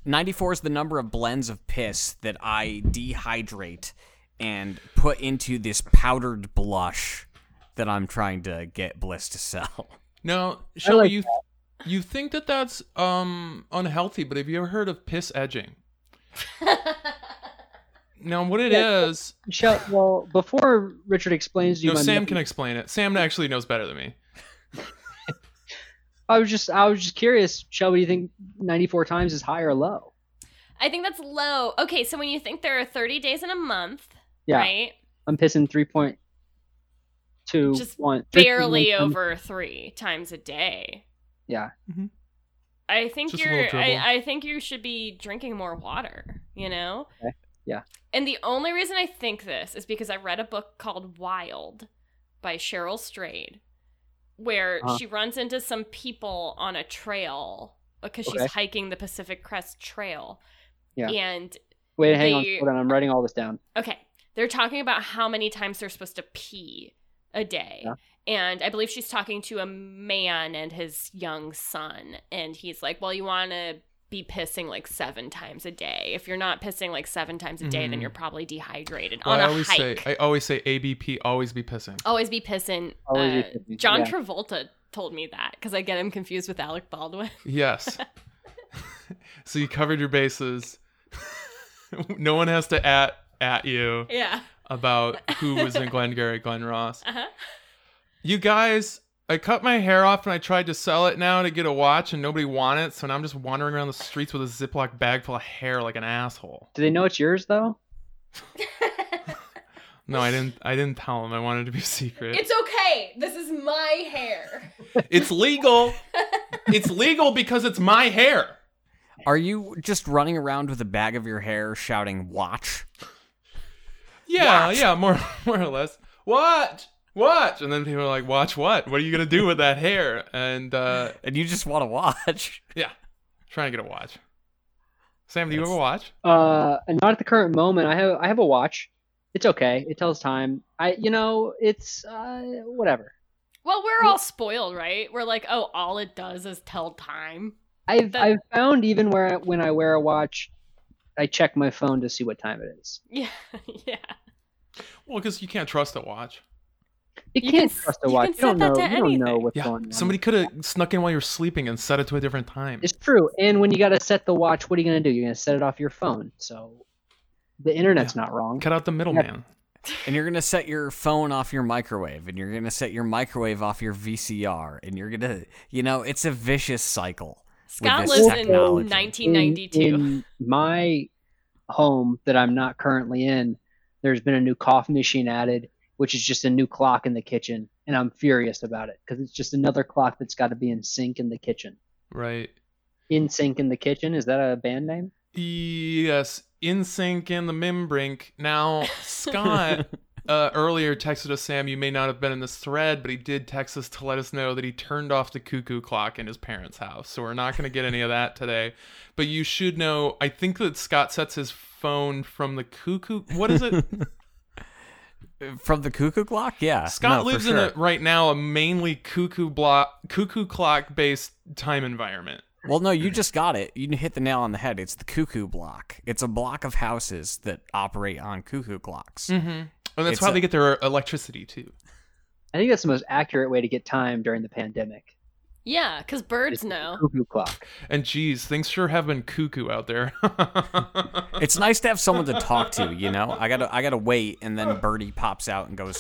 94 is the number of blends of piss that I dehydrate and put into this powdered blush that I'm trying to get Bliss to sell.
Now, Shelly,
like
you you think that that's um unhealthy, but have you ever heard of piss edging? now, what it is.
Shel- well, before Richard explains to you,
No,
my
Sam
method-
can explain it. Sam actually knows better than me.
I was just I was just curious, Shelby, do you think 94 times is high or low?
I think that's low. Okay, so when you think there are 30 days in a month,
Yeah.
right?
I'm pissing 3.2
Just
one-
Barely
3.1.
over three times a day.
Yeah.
Mhm.
I think
Just a
you're.
little dribble.
I, I think you should be drinking more water. You know.
Okay, yeah.
And the only reason I think this is because I read a book called Wild by Cheryl Strayed, where
Uh-huh.
she runs into some people on a trail because
Okay.
she's hiking the Pacific Crest Trail.
Yeah.
And
Wait, hang on.
the-
Hold on. I'm writing all this down.
Okay. They're talking about how many times they're supposed to pee a day.
Yeah.
And I believe she's talking to a man and his young son. And he's like, Well, you want to be pissing like seven times a day. If you're not pissing like seven times a day, then
Mhm.
you're probably dehydrated
Well,
on
I
a
always
hike. Oh.
say I always say ABP always be pissing.
always be pissing.
Always be
uh,
pissing,
John
yeah.
Travolta told me that because I get him confused with Alec Baldwin.
Yes. so you covered your bases. no one has to at at you
yeah.
about who was in Glengarry Glen Ross.
Uh-huh.
You guys, I cut my hair off and I tried to sell it now to get a watch and nobody wanted it, so now I'm just wandering around the streets with a Ziploc bag full of hair like an asshole.
Do they know it's yours though?
No, I didn't I didn't tell them. I wanted it to be secret.
It's okay. This is my hair.
it's legal. it's legal because it's my hair.
Are you just running around with a bag of your hair shouting watch?
Yeah, yeah, more more or less. Watch, watch, and then people are like, "Watch what? What are you gonna do with that hair?" And uh,
And you just want to watch.
yeah, trying to get a watch. Sam, do you ever watch?
Uh, and not at the current moment. I have I have a watch. It's okay. It tells time. I you know it's uh whatever.
Well, we're all spoiled, right? We're like, oh, all it does is tell time.
I've
That-
I've found even where I, when I wear a watch, I check my phone to see what time it is.
Yeah, yeah.
Well, because you can't trust a watch.
You,
You
can't
can s-
trust a
you can
watch. You don't
set
know.
that
You
to
don't know
anything.
what's
Yeah,
going on.
somebody could have snuck in while you're sleeping and set it to a different time.
It's true. And when you got to set the watch, what are you going to do? You're going to set it off your phone. So the internet's not wrong.
Cut out the middleman.
And you're going to set your phone off your microwave. And you're going to set your microwave off your VCR. And you're going to, you know, it's a vicious cycle.
Scott
this
lives in
technology.
1992.
In, in my home that I'm not currently in, there's been a new coffee machine added, which is just a new clock in the kitchen, and I'm furious about it because it's just another clock that's got to be in sync in the kitchen.
Right.
In sync in the kitchen is that a band name?
Yes, in sync and the membrink. Now, Scott uh, earlier texted us, Sam, you may not have been in this thread, but he did text us to let us know that he turned off the cuckoo clock in his parents' house. So we're not going to get any of that today. But you should know, I think that Scott sets his phone from the cuckoo. What is it?
From the cuckoo clock? Yeah.
Scott
Uh, no, for
lives in
sure.
a, right now a mainly cuckoo block, cuckoo clock based time environment.
Well, no, you just got it. You hit the nail on the head. It's the cuckoo block. It's a block of houses that operate on cuckoo clocks.
Mm-hmm. And that's
It's
how
a-
they get their electricity too.
I think that's the most accurate way to get time during the pandemic.
Yeah, because birds
It's
know.
Cuckoo clock.
And geez, things sure have been cuckoo out there.
It's nice to have someone to talk to, you know. I gotta, I gotta wait, and then Birdie pops out and goes,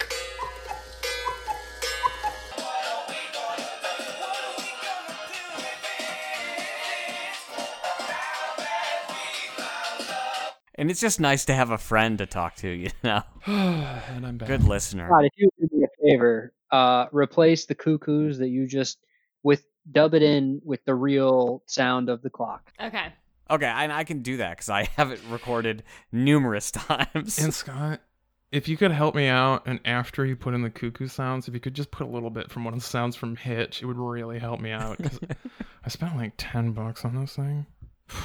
and it's just nice to have a friend to talk to, you know.
and I'm back.
Good listener.
God, if you would do me a favor, uh, replace the cuckoos that you just with dub it in with the real sound of the clock.
Okay.
Okay, and I can do that because I have it recorded numerous times.
And Scott, if you could help me out, and after you put in the cuckoo sounds, if you could just put a little bit from one of the sounds from Hitch, it would really help me out. 'cause I spent like ten bucks on this thing.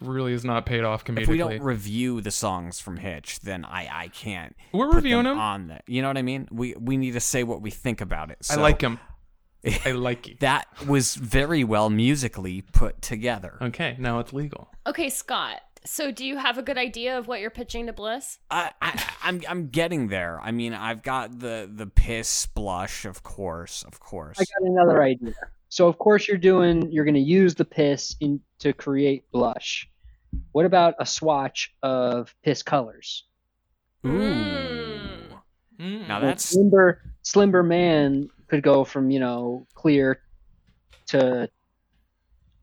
really is not paid off
if we don't
comedically.
review the songs from Hitch, then I I can't.
We are
put
reviewing
them
him.
on there. You know what I mean? We we need to say what we think about it.
I
So
like him. I like you.
That was very well musically put together.
Okay, now it's legal.
Okay, Scott. So, do you have a good idea of what you're pitching to Bliss?
I, I I'm I'm getting there. I mean, I've got the the piss blush, of course, of course.
I got another idea. So of course you're doing you're going to use the piss in, to create blush. What about a swatch of piss colors?
Ooh.
Mm.
Now
Like,
that's
slimmer slimmer man could go from you know clear to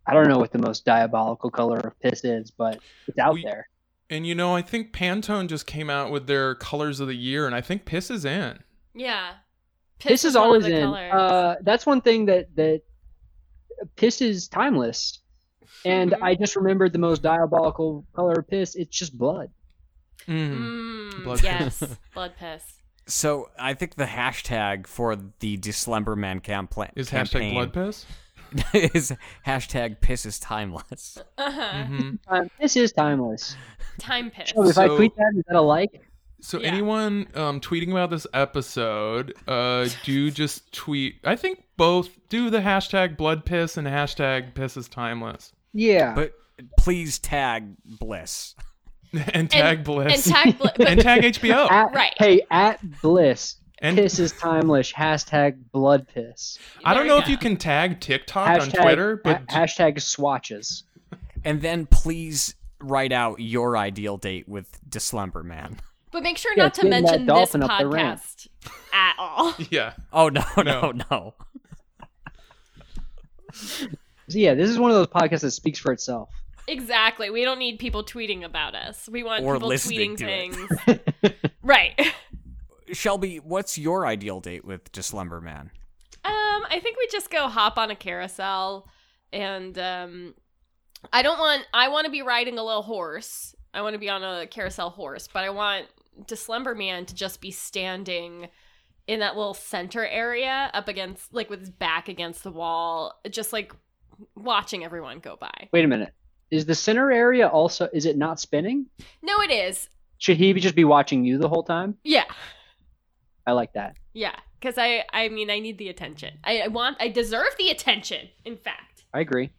I don't know what the most diabolical color of piss is, but it's out
We-
there.
And you know, I think Pantone just came out with their colors of the year, and I think piss is in.
Yeah.
Piss is
one of
always
the
in.
colors.
Uh, that's one thing that that piss is timeless. And
Mm-hmm.
I just remembered the most diabolical color of piss. It's just blood.
Mm.
Mm,
Blood piss.
yes, blood piss.
So I think the hashtag for the Dislumberman campaign
Is hashtag blood piss?
is hashtag piss is timeless.
Uh-huh.
Mm-hmm.
Mhm.
Um, this is timeless.
Time piss.
So if I
So-
tweet that, is that a like?
So
Yeah.
anyone um, tweeting about this episode, uh, do just tweet. I think both do the hashtag blood piss and hashtag piss is timeless,
Yeah.
But please tag Bliss.
and tag bliss
And tag bl-
And
but
tag HBO.
At-
Oh. Right.
Hey, at bliss.
And-
piss is timeless. Hashtag blood piss.
I
There
don't
we
know if
go.
you can tag TikTok
Hashtag,
on Twitter, but
ha- hashtag swatches.
And then please write out your ideal date with Dislumberman.
but make sure
Yeah,
not to
getting that
mention this
dolphin up the ramp.
podcast at all.
yeah.
Oh no,
No.
no, no.
So yeah, this is one of those podcasts that speaks for itself.
Exactly. We don't need people tweeting about us. We want
Or
people
listening
tweeting
to it.
things. right.
Shelby, what's your ideal date with Dislumberman?
Um, I think we just go hop on a carousel and um I don't want I want to be riding a little horse. I want to be on a carousel horse, but I want Dislumber Man to just be standing in that little center area up against like with his back against the wall, just like watching everyone go by.
Wait a minute. Is the center area also? Is it not spinning?
No, it is.
Should he be- just be watching you the whole time?
Yeah.
I like that.
Yeah, because I I mean I need the attention. I, I want I deserve the attention. In fact.
I agree.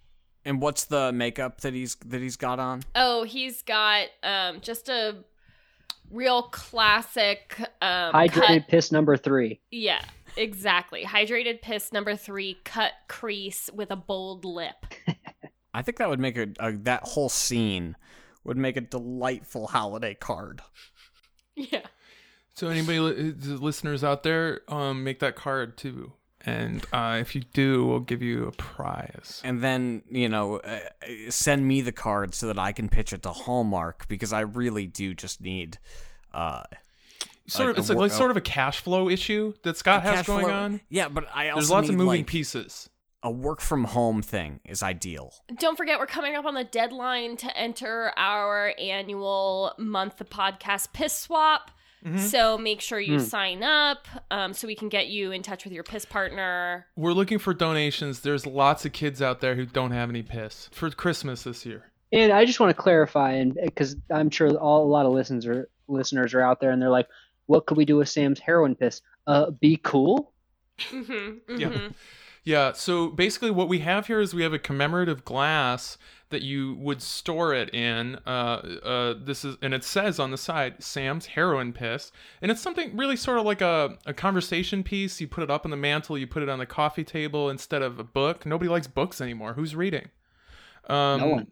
And what's the makeup that he's that he's got on?
Oh, he's got um just a real classic um
Hydrated
cut-
piss number three.
Yeah, exactly. Hydrated piss number three, cut crease with a bold lip.
I think that would make a, a that whole scene would make a delightful holiday card.
Yeah.
So anybody, li- uh, the listeners out there, um, make that card too. And uh, if you do, we'll give you a prize.
And then, you know, uh, uh, send me the card so that I can pitch it to Hallmark because I really do just need uh Like
Sort of,
a
it's like,
wor-
like sort of a cash flow issue that Scott has
cash
going
flow-
on.
Yeah, but I also
There's lots of
need,
moving
like,
pieces.
a work from home thing is ideal.
Don't forget we're coming up on the deadline to enter our annual month the podcast piss swap.
Mm-hmm.
Mm-hmm.
So make sure
Hmm.
you sign up um, so we can get you in touch with your piss partner.
We're looking for donations. There's lots of kids out there who don't have any piss for Christmas this year.
And I just want to clarify, and because I'm sure all a lot of listeners are listeners are out there, and they're like, "What could we do with Sam's heroin piss? Uh, be cool."
Mm-hmm,
Yeah.
mhm.
Yeah, so basically what we have here is we have a commemorative glass that you would store it in. Uh, uh, this is and it says on the side Sam's heroin piss, and it's something really sort of like a, a conversation piece. You put it up on the mantle, you put it on the coffee table instead of a book. Nobody likes books anymore. Who's reading? Um,
No one.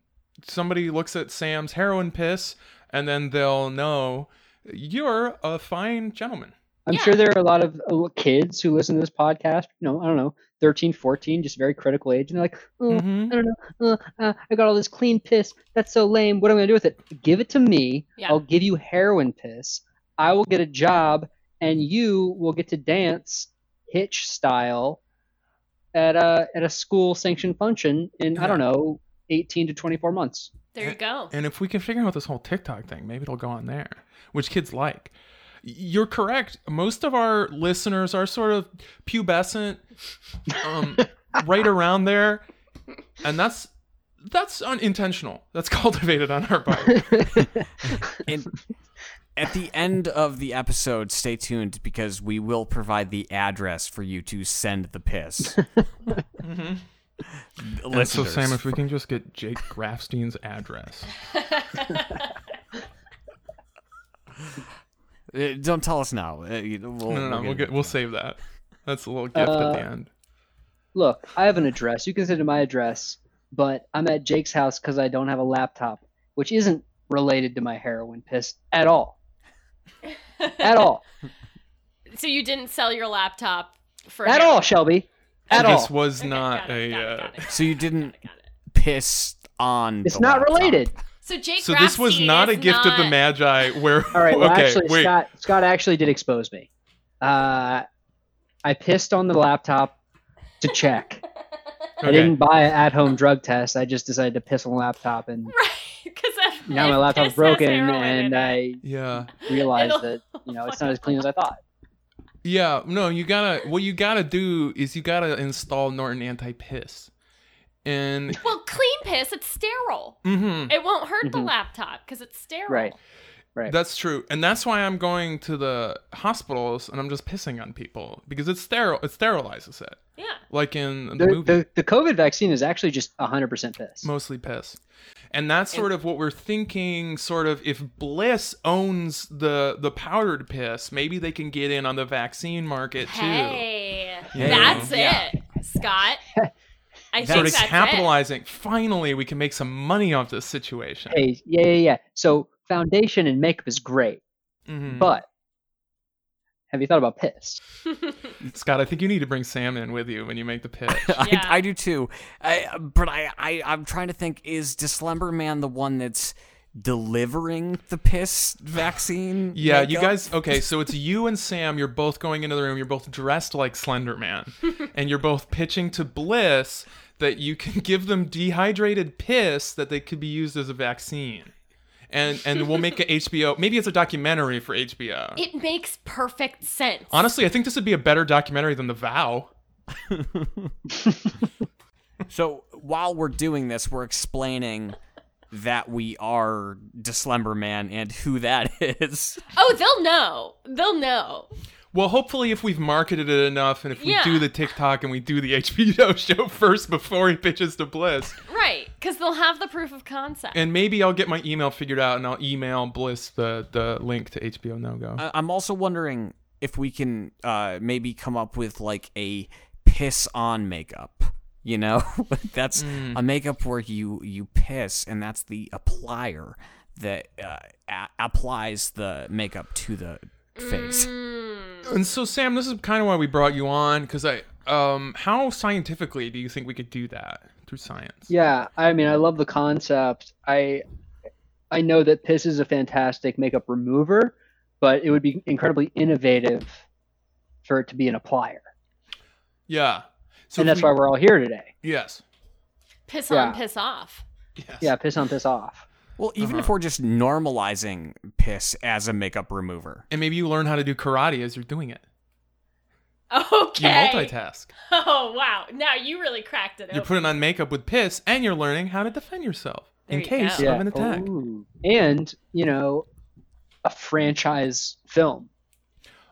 Somebody looks at Sam's heroin piss, and then they'll know you're a fine gentleman.
I'm
Yeah.
sure there are a lot of uh, kids who listen to this podcast. No, I don't know, 13, 14, just very critical age, and they're like, oh,
Mhm.
I don't know, uh, uh, I got all this clean piss. That's so lame. What am I gonna do with it? Give it to me.
Yeah.
I'll give you heroin piss. I will get a job, and you will get to dance Hitch style at a at a school sanctioned function in I don't know, 18 to 24 months.
There you go.
And if we can figure out this whole TikTok thing, maybe it'll go on there, which kids like. Y- You're correct. Most of our listeners are sort of pubescent, um, right around there, and that's that's unintentional. That's cultivated on our part.
And at the end of the episode, stay tuned because we will provide the address for you to send the piss.
Mm-hmm. And so,
Listeners.
Sam, if we can just get Jake Grafstein's address,
Uh, Don't tell us now. Uh, you- We'll,
no, no, no, we'll
get-
get we'll save that. That's a little gift
Uh,
at the end.
Look, I have an address. You can send it my address, but I'm at Jake's house because I don't have a laptop, which isn't related to my heroin piss at all. at all.
so you didn't sell your laptop for
At
him.
all, Shelby. At
this
all.
was
Okay,
not
got it,
a.
got it,
uh,
got it,
So you didn't
got it.
piss on.
It's
the
not
laptop.
related.
So Jake.
so this was
Grafstein
not a
is
gift of the
not-
magi. Where
All right. Well,
okay,
actually,
wait.
Scott Scott actually did expose me. Uh, I pissed on the laptop to check. I
Okay.
didn't buy an at-home drug test. I just decided to piss on the laptop, and
Right, because
now my laptop's broken, and I
Yeah.
realized
It'll-
that you know it's not as clean as I thought.
Yeah, no, you gotta. What you gotta do is you gotta install Norton anti piss, and
well, clean piss. It's sterile.
mhm,
It won't hurt the
Mhm.
laptop because it's sterile.
Right. Right.
that's true, and that's why I'm going to the hospitals and I'm just pissing on people because it's sterile. It sterilizes it,
Yeah.
like in the,
The,
movie,
the, the COVID vaccine is actually just 100% piss.
mostly piss, and that's sort of what we're thinking. Sort of, if Bliss owns the the powdered piss, maybe they can get in on the vaccine market too.
Hey,
Yeah.
that's
Yeah.
it, Scott. I
That's
Sort
think
of
that's
capitalizing. Finally, we can make some money off this situation.
Hey, yeah, yeah, yeah. So foundation and makeup is great,
Mhm.
but have you thought about piss?
it.
Scott, I think you need to bring Sam in with you when you make the pitch.
Yeah.
I, I do too. I, but I, I, I'm trying to think is Dislember Man the one that's delivering the piss vaccine? uh,
Yeah, you
makeup?
guys. Okay, so it's you and Sam. You're both going into the room. You're both dressed like Slender Man, and you're both pitching to Bliss that you can give them dehydrated piss that they could be used as a vaccine, and and we'll make a HBO. Maybe it's a documentary for HBO.
it makes perfect sense.
Honestly, I think this would be a better documentary than The Vow.
So while we're doing this, we're explaining that we are Dislember Man and who that is.
Oh, they'll know. They'll know.
Well, hopefully, if we've marketed it enough, and if we
Yeah.
do the TikTok and we do the HBO show first before he pitches to Bliss,
Right, because they'll have the proof of concept.
And maybe I'll get my email figured out and I'll email Bliss the, the link to HBO No Go.
I- I'm also wondering if we can uh, maybe come up with like a piss on makeup. You know, that's a makeup where you you piss, and that's the applier that uh, a- applies the makeup to the face.
Mm.
and so, Sam, this is kind of why we brought you on because I, um, how scientifically do you think we could do that through science?
Yeah, I mean, I love the concept. I I know that piss is a fantastic makeup remover, but it would be incredibly innovative for it to be an applier.
Yeah. So
and
if
that's
we-
why we're all here today.
Yes.
Piss on,
Yeah.
piss off.
Yes.
Yeah, piss on, piss off.
Well, even if we're just normalizing piss as a makeup remover,
And maybe you learn how to do karate as you're doing it. You
Okay.
multitask.
Oh wow! Now you really cracked it.
You're
open.
putting on makeup with piss and you're learning how to defend yourself
There
in
you
case
go.
Yeah. Oh.
of an attack.
Ooh. And, you know, a franchise film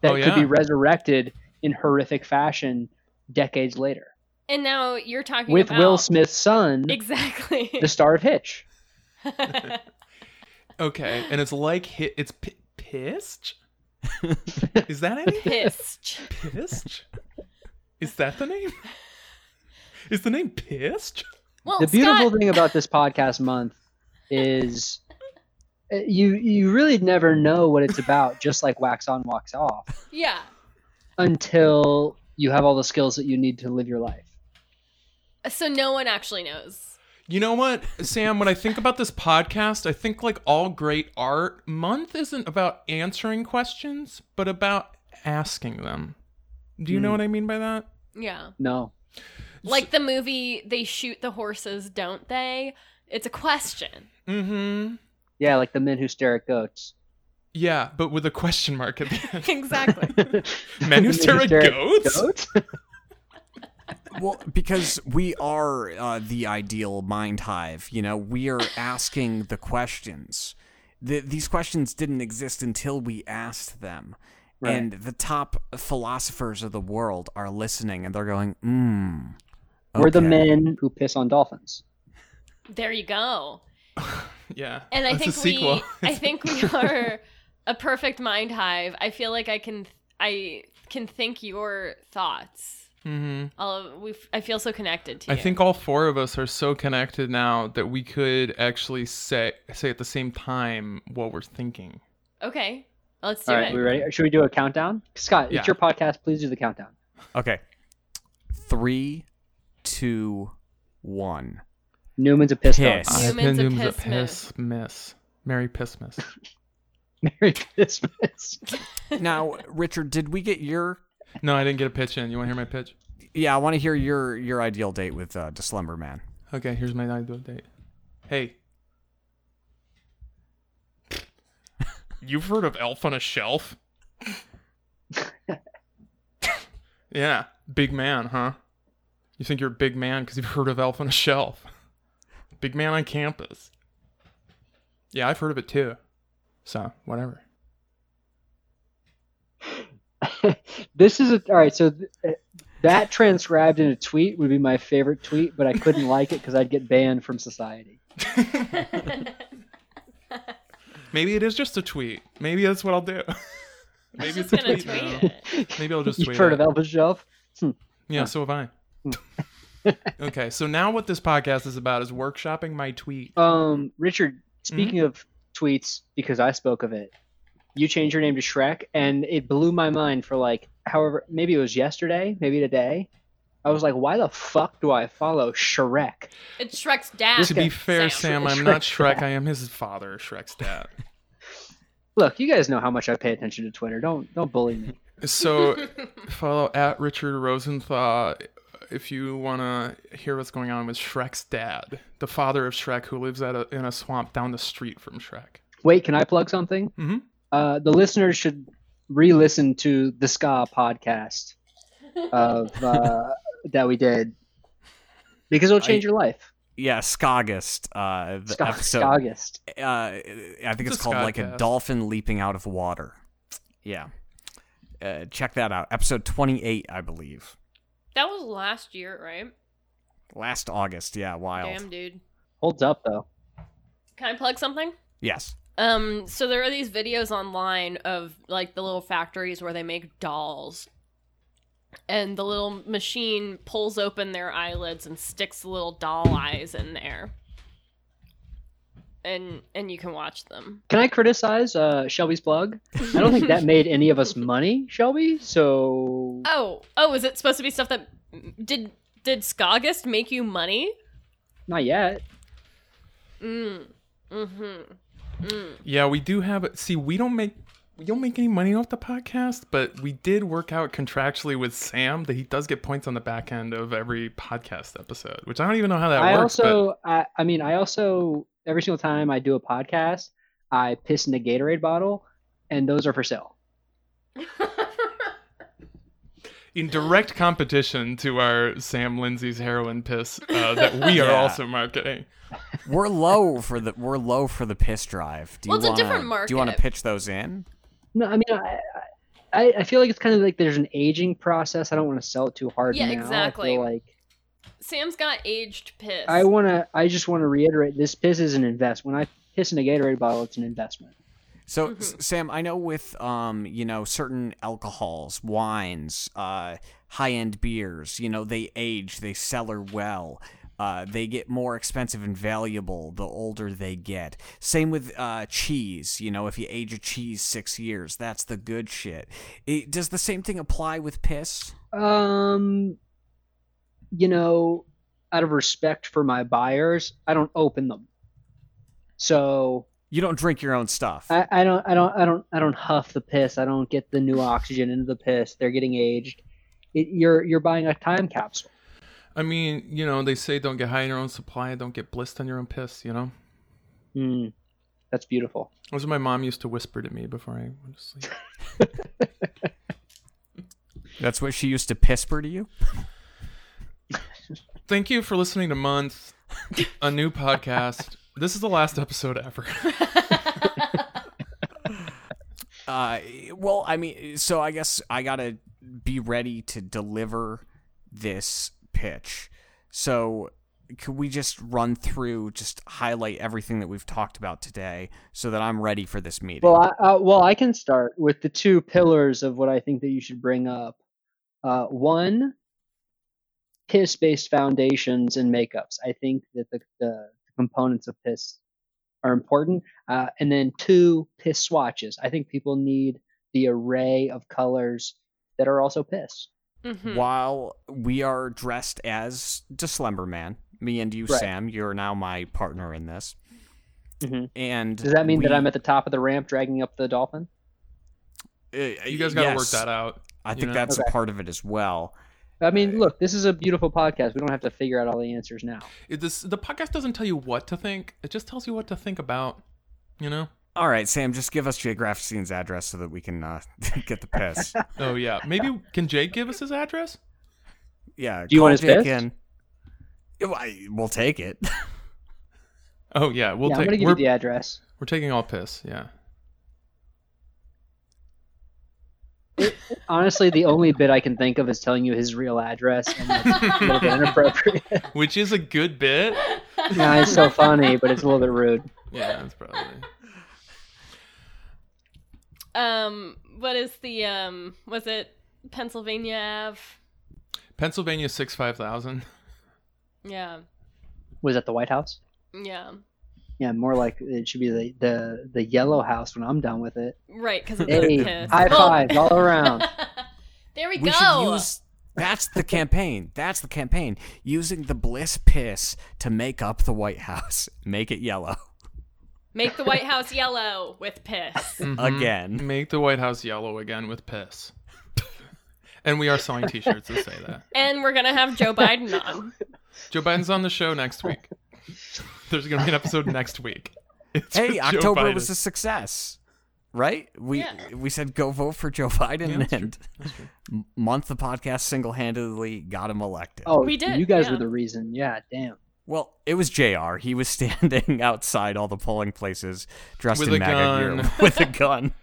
that
Oh,
could be
yeah.
resurrected in horrific fashion decades later
and now you're talking
with
about
Will Smith's son,
Exactly.
the star of Hitch.
Okay. And it's like hit, it's pi pissed? Is that anything?
Pissed.
Pissed? Is that the name? Is the name Pissed?
Well,
the beautiful
Oh, Scott,
thing about this podcast month is uh, you you really never know what it's about just like wax on wax off
yeah.
until you have all the skills that you need to live your life
So no one actually knows.
You know what, Sam, when I think about this podcast, I think like all great art, month isn't about answering questions, but about asking them. Do you know what I mean by that?
Yeah.
no
Like the movie, they shoot the horses, don't they? It's a question.
Mm-hmm.
yeah like the men who stare at goats
Yeah, but with a question mark at the end.
exactly.
Men who stare at goats?
goats?
well, because we are uh, the ideal mind hive, you know, we are asking the questions. The, these questions didn't exist until we asked them.
Right.
And the top philosophers of the world are listening and they're going, hmm.
we're the
okay."
men who piss on dolphins
there you go.
Yeah.
And I
that's
think
a sequel.
we, I think we are a perfect mind hive. I feel like I can, I can think your thoughts.
mm-hmm.
All of, we, I feel so connected to
I
you.
think all four of us are so connected now that we could actually say say at the same time what we're thinking.
Okay, let's do
all
it.
right we ready should we do a countdown scott
Yeah.
it's your podcast please do the countdown
Okay. Three, two, one.
Newman's a piss dog.
Piss.
I've
Newman's a
been Newman's
piss
piss miss. Merry Pissmas.
Merry Christmas.
Now, Richard, did we get your?
No, I didn't get a pitch in. You want to hear my pitch?
Yeah, I want to hear your your ideal date with uh, the Slumber Man.
Okay, here's my ideal date. Hey. You've heard of Elf on a Shelf? yeah, big man, huh? You think you're a big man because you've heard of Elf on a Shelf. Big man on campus. Yeah, I've heard of it too. So, whatever.
this is a, all right. So th- uh, that transcribed in a tweet would be my favorite tweet, but I couldn't like it because I'd get banned from society.
Maybe it is just a tweet. Maybe that's what I'll do.
I'm
Maybe
just
it's a
gonna
tweet.
tweet
now.
it.
Maybe I'll just tweet
You've heard
it.
of Elvis Shelf?
Yeah, so have I. okay, so now what this podcast is about is workshopping my tweet.
Um, Richard.
Mm-hmm.
Speaking of tweets, because I spoke of it, you changed your name to Shrek, and it blew my mind. For like, however, maybe it was yesterday, maybe today. I was like, why the fuck do I follow Shrek?
It's Shrek's dad.
to be fair,
Sam.
Sam, I'm not Shrek. I am his father, Shrek's dad.
Look, you guys know how much I pay attention to Twitter. Don't don't bully me.
So follow at Richard Rosenthal if you want to hear what's going on with Shrek's dad, the father of Shrek, who lives at a, in a swamp down the street from Shrek.
Wait, can I plug something?
Mhm.
Uh, the listeners should re-listen to the ska podcast of uh, that we did because it'll change your life.
Yeah, Skagist. Uh, the
Ska-
episode.
Skagist.
Uh, I think
It's
it's,
a
called like a
Skagcast.
dolphin leaping out of water. Yeah, uh, check that out. Episode twenty-eight, I believe,
That was last year, right?
last August. Yeah, wild.
Damn, dude.
Holds up though.
Can I plug something?
Yes.
Um, so there are these videos online of like the little factories where they make dolls. And the little machine pulls open their eyelids and sticks the little doll eyes in there. And and you can watch them.
Can I criticize uh, Shelby's plug? I don't think that made any of us money, Shelby. So
Oh, oh, is it supposed to be stuff that did did Skagist make you money?
not yet.
Mm. Mm-hmm.
Yeah, we do have. See, we don't make we don't make any money off the podcast, but we did work out contractually with Sam that he does get points on the back end of every podcast episode, which I don't even know how that
I
works.
also, I, I mean, I also every single time I do a podcast, I piss in a Gatorade bottle, and those are for sale.
but in direct competition to our Sam Lindsay's heroin piss uh, that we are
Yeah.
also marketing.
We're low for the we're low for the piss drive. Do you
Well, it's a
wanna,
different
Do you want to
market.
pitch those in?
No, I mean, I, I, I feel like it's kind of like there's an aging process. I don't want to sell it too hard.
Yeah,
now. I feel
exactly.
like
Sam's got aged piss.
I want to. I just want to reiterate: this piss is an invest. When I piss in a Gatorade bottle, it's an investment.
So, S- Sam, I know with um, you know, certain alcohols, wines, uh, high-end beers, you know, they age, they cellar well. Uh, they get more expensive and valuable the older they get. Same with uh, cheese. You know, if you age a cheese six years, that's the good shit. It, does the same thing apply with piss?
Um, you know, out of respect for my buyers, I don't open them. So
You don't drink your own stuff.
I, I don't, I don't, I don't, I don't huff the piss. I don't get the new oxygen into the piss. They're getting aged. It, you're you're buying a time capsule.
I mean, you know, they say don't get high on your own supply, don't get blissed on your own piss. You know,
Hmm. that's beautiful.
that's what my mom used to whisper to me before I went to sleep.
That's what she used to pisper to you.
Thank you for listening to Month, a new podcast. This is the last episode ever.
Uh, well, I mean, so I guess I gotta be ready to deliver this pitch. So, could we just run through, just highlight everything that we've talked about today, so that I'm ready for this meeting?
Well, I, uh, well, I can start with the two pillars of what I think that you should bring up. Uh, one, piss-based foundations and makeups. I think that the, the components of piss are important. Uh, and then two, piss swatches. I think people need the array of colors that are also piss.
Hmm.
Mhm.
while we are dressed as the Slumber Man, me and you,
Right.
Sam, you're now my partner in this.
Mhm.
And
Does that mean that
we-
I'm at the top of the ramp dragging up the dolphin?
uh,
You guys got to work
yes,
that out.
I
you
think
know?
that's
Okay.
a part of it as well.
I mean, look, this is a beautiful podcast. We don't have to figure out all the answers now.
It, this, the podcast doesn't tell you what to think. It just tells you what to think about. You know?
All right, Sam, just give us Geographic Scene's address so that we can uh, get the piss.
Oh yeah. Maybe can Jake give us his address?
Yeah.
Do you
call
want his
Jake
piss?
in. Yeah, well, I- We'll take it.
Oh yeah. We'll
yeah, I'm
take.
gonna give
we're,
you the address.
we're taking all piss. Yeah.
Honestly, the only bit I can think of is telling you his real address, and that's a little bit inappropriate.
Which is a good bit.
no, it's so funny, but it's a little bit rude.
Yeah, that's probably.
Um, what is the um? Was it Pennsylvania Ave?
Pennsylvania six five thousand.
Yeah,
Was that the White House?
yeah,
Yeah, more like it should be the the, the Yellow House when I'm done with it.
right. Because it's
Hey,
piss.
high
Well-
fives all around.
there we,
We should
go.
use. That's the campaign. That's the campaign. Using the bliss piss to make up the White House, make it yellow
Make the White House yellow with piss.
again.
Mm-hmm. Make the White House yellow again with piss. and we are selling T-shirts that say that.
and we're gonna have Joe Biden on.
Joe Biden's on the show next week. There's gonna be an episode next week. It's with
Hey,
Joe
October
Biden.
was a success, right? We
Yeah.
we said go vote for Joe Biden
Yeah, that's true.
and m- month the podcast single handedly got him elected.
Oh,
We did,
You guys
yeah.
were the reason. Yeah, damn.
Well, it was Jr. He was standing outside all the polling places dressed
With
in
a
MAGA
gun.
gear with a gun.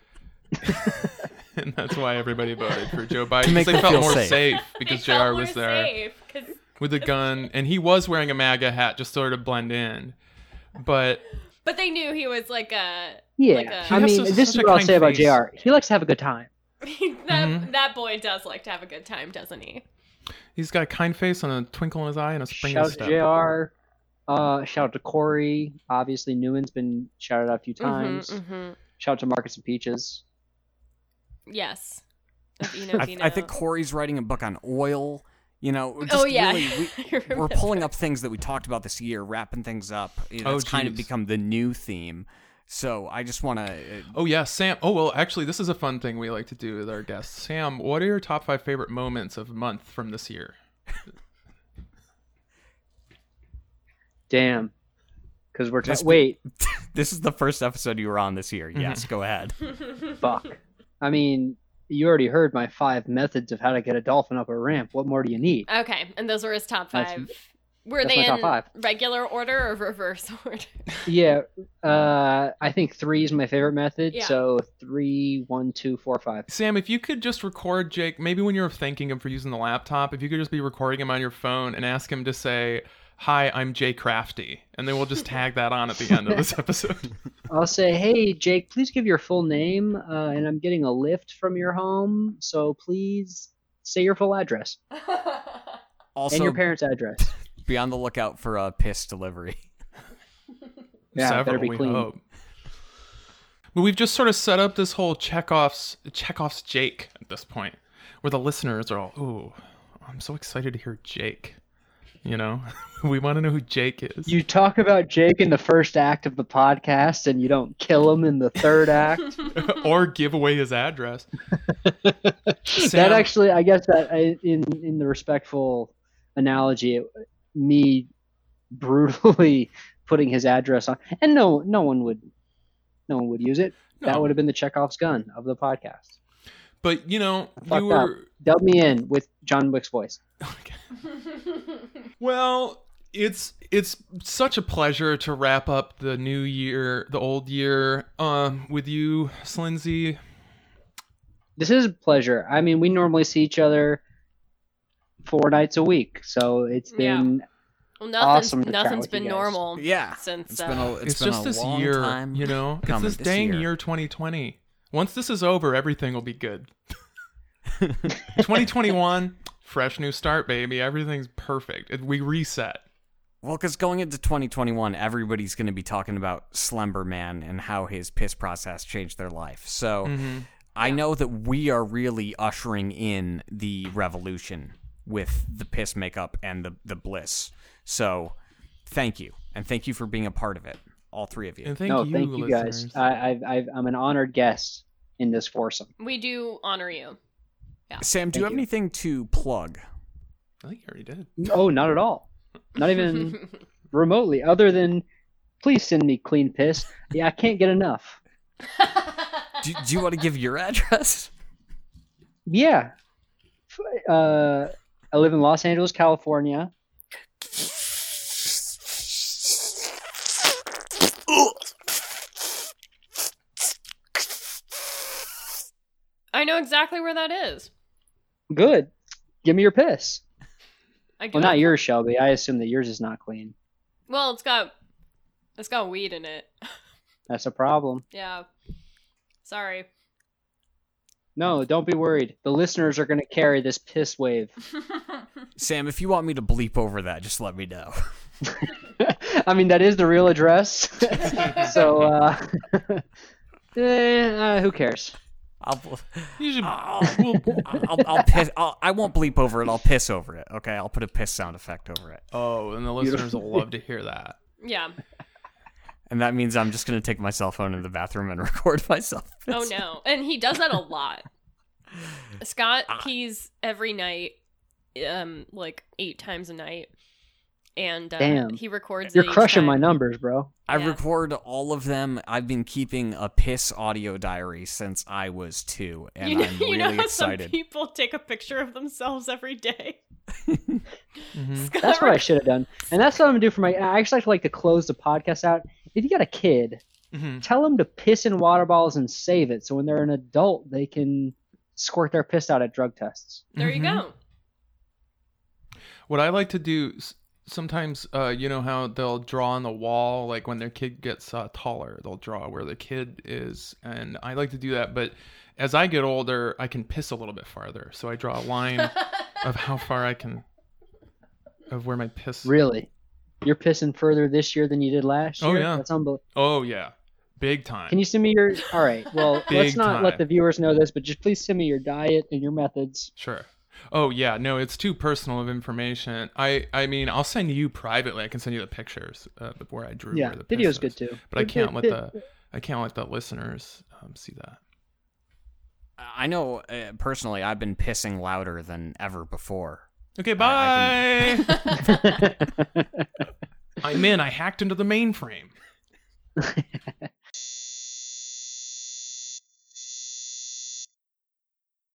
and that's why everybody voted for Joe Biden.
make
because they
them
felt
feel
more
safe.
safe, because
They felt
Jr. was
more
there
safe 'cause-
with a gun, and he was wearing a MAGA hat just sort of blend in. But
but they knew he was like a
Yeah,
Like a- He
I
has
mean,
such-
this is
such a
what I'll
kind
say about
face.
Jr. He likes to have a good time.
that
Mm-hmm.
Mhm.
that boy does like to have a good time, doesn't he?
he's got a kind face and a twinkle in his eye and a spring in
Shout
his
out to
step.
Jr. Uh, shout out to Corey. Obviously, Newman's been shouted out a few
Mm-hmm,
times. Shout out to Marcus and Peaches.
Yes. Of Eno
I, I
Dino.
think Corey's writing a book on oil. You know, just
Oh yeah.
really, we,
I remember.
we're pulling up things that we talked about this year, wrapping things up. It's
Oh,
kind of
geez.
become the new theme. So I just uh, want to.
Oh yeah, Sam. Oh well, actually, this is a fun thing we like to do with our guests. Sam, what are your top five favorite moments of month from this year?
Damn. Because we're ta-
This-
wait,
This is the first episode you were on this
Mm-hmm.
year. Yes, go ahead.
fuck. I mean, you already heard my five methods of how to get a dolphin up a ramp. What more do you need?
Okay, and those were his top
That's-
five. Were
that's
they
my top
in
five.
regular order or reverse order?
Yeah, uh, I think three is my favorite method.
Yeah.
So three, one, two, four, five.
Sam, if you could just record Jake, maybe when you're thanking him for using the laptop, if you could just be recording him on your phone and ask him to say, "Hi, I'm Jay Crafty," and then we'll just tag that on at the end of this episode.
I'll say, hey, Jake, please give your full name, uh, and I'm getting a lift from your home, so please say your full address and
Also,
your parents' address.
be on the lookout for a piss delivery.
Yeah, it
Several,
better be
we
clean.
hope. But we've just sort of set up this whole Chekhov's Chekhov's Jake at this point, where the listeners are all, "Ooh, I'm so excited to hear Jake." You know, we want to know who Jake is.
You talk about Jake in the first act of the podcast, and you don't kill him in the third act.
or give away his address.
that
Sam-
actually, I guess that I, in in the respectful analogy, it, me brutally putting his address on, and no, no one would, no one would use it. That
No.
would have been the Chekhov's gun of the podcast.
But you know,
Fucked
you were
Dub me in with John Wick's voice.
well. It's it's such a pleasure to wrap up the new year, the old year, um, with you, Slinzy.
This is a pleasure. I mean, we normally see each other four nights a week, so it's
Yeah.
been
well,
Awesome
nothing's,
to chat
nothing's
with you
been
guys.
normal.
Yeah,
Since,
it's
uh,
been a
It's,
been
just
a
this
long
year,
time.
you know. It's
coming
this,
this
dang year.
year.
2020. Once this is over, everything will be good. 2021, fresh new start, baby. Everything's perfect. It- We reset.
Well, because going into 2021, everybody's
Mm,
going to be talking about Slumber Man and how his piss process changed their life. So I know that we are really ushering in the revolution with the piss makeup and the, the bliss. So thank you. And thank you for being a part of it, all three of you.
And thank
no,
you,
thank you guys.
listeners.
I, I've, I've, I'm an honored guest in this foursome.
We do honor you.
Sam, do you
Thank
have
you.
anything to plug?
I think you already did.
Oh, not at all. Not even remotely. Other than, please send me clean piss. Yeah, I can't get enough.
Do, do you want to give your address?
Yeah. F- Uh, I live in Los Angeles, California.
I know exactly where that is.
Good. Give me your piss.
I do.
Well, not yours, Shelby. I assume that yours is not clean.
Well, it's got it's got weed in it.
That's a problem.
Yeah. Sorry.
No, don't be worried. The listeners are going to carry this piss wave.
Sam, if you want me to bleep over that, just let me know.
I mean, that is the real address. so, uh, eh, uh, who cares?
I'll,
You should-
I'll, I'll, I'll piss. I'll, I won't bleep over it. I'll piss over it. Okay. I'll put a piss sound effect over it.
oh, and the listeners will love to hear that.
Yeah. Oh,
And that means I'm just going to take my cell phone in the bathroom and record myself.
Oh no. And he does that a lot. Scott
Ah.
pees every night, um, like eight times a night. And uh,
Damn.
he records.
You're
it each
crushing my
time.
numbers, bro.
I
Yeah.
record all of them. I've been keeping a piss audio diary since I was two, and
You know,
I'm
you
really
know how some
excited.
people take a picture of themselves every day.
Mm-hmm.
Scott
That's what I
rec-
should have done. And that's what I'm going to do for my. I actually like to close the podcast out. If you got a kid,
Mhm.
tell them to piss in water bottles and save it so when they're an adult, they can squirt their piss out at drug tests.
There you go.
What I like to do s- sometimes, uh, you know how they'll draw on the wall, like when their kid gets uh, taller, they'll draw where the kid is, and I like to do that. But as I get older, I can piss a little bit farther, so I draw a line of how far I can, of where my piss.
Really? You're pissing further this year than you did last
Oh,
year?
yeah.
That's unbelievable.
Oh yeah, big time.
Can you send me your. All right. Well, let's
Big
not let
time.
the viewers know this, but just please send me your diet and your methods.
Sure. Oh yeah, no, it's too personal of information. I I mean, I'll send you privately. I can send you the pictures of where I drew.
Yeah,
where the piss
video's
is.
good too.
But I
Vid-
can't let
vid-
the I can't let the listeners um, see that.
I know uh, personally, I've been pissing louder than ever before.
Okay, bye.
I-
Mm-hmm.
I'm in. I hacked into the mainframe.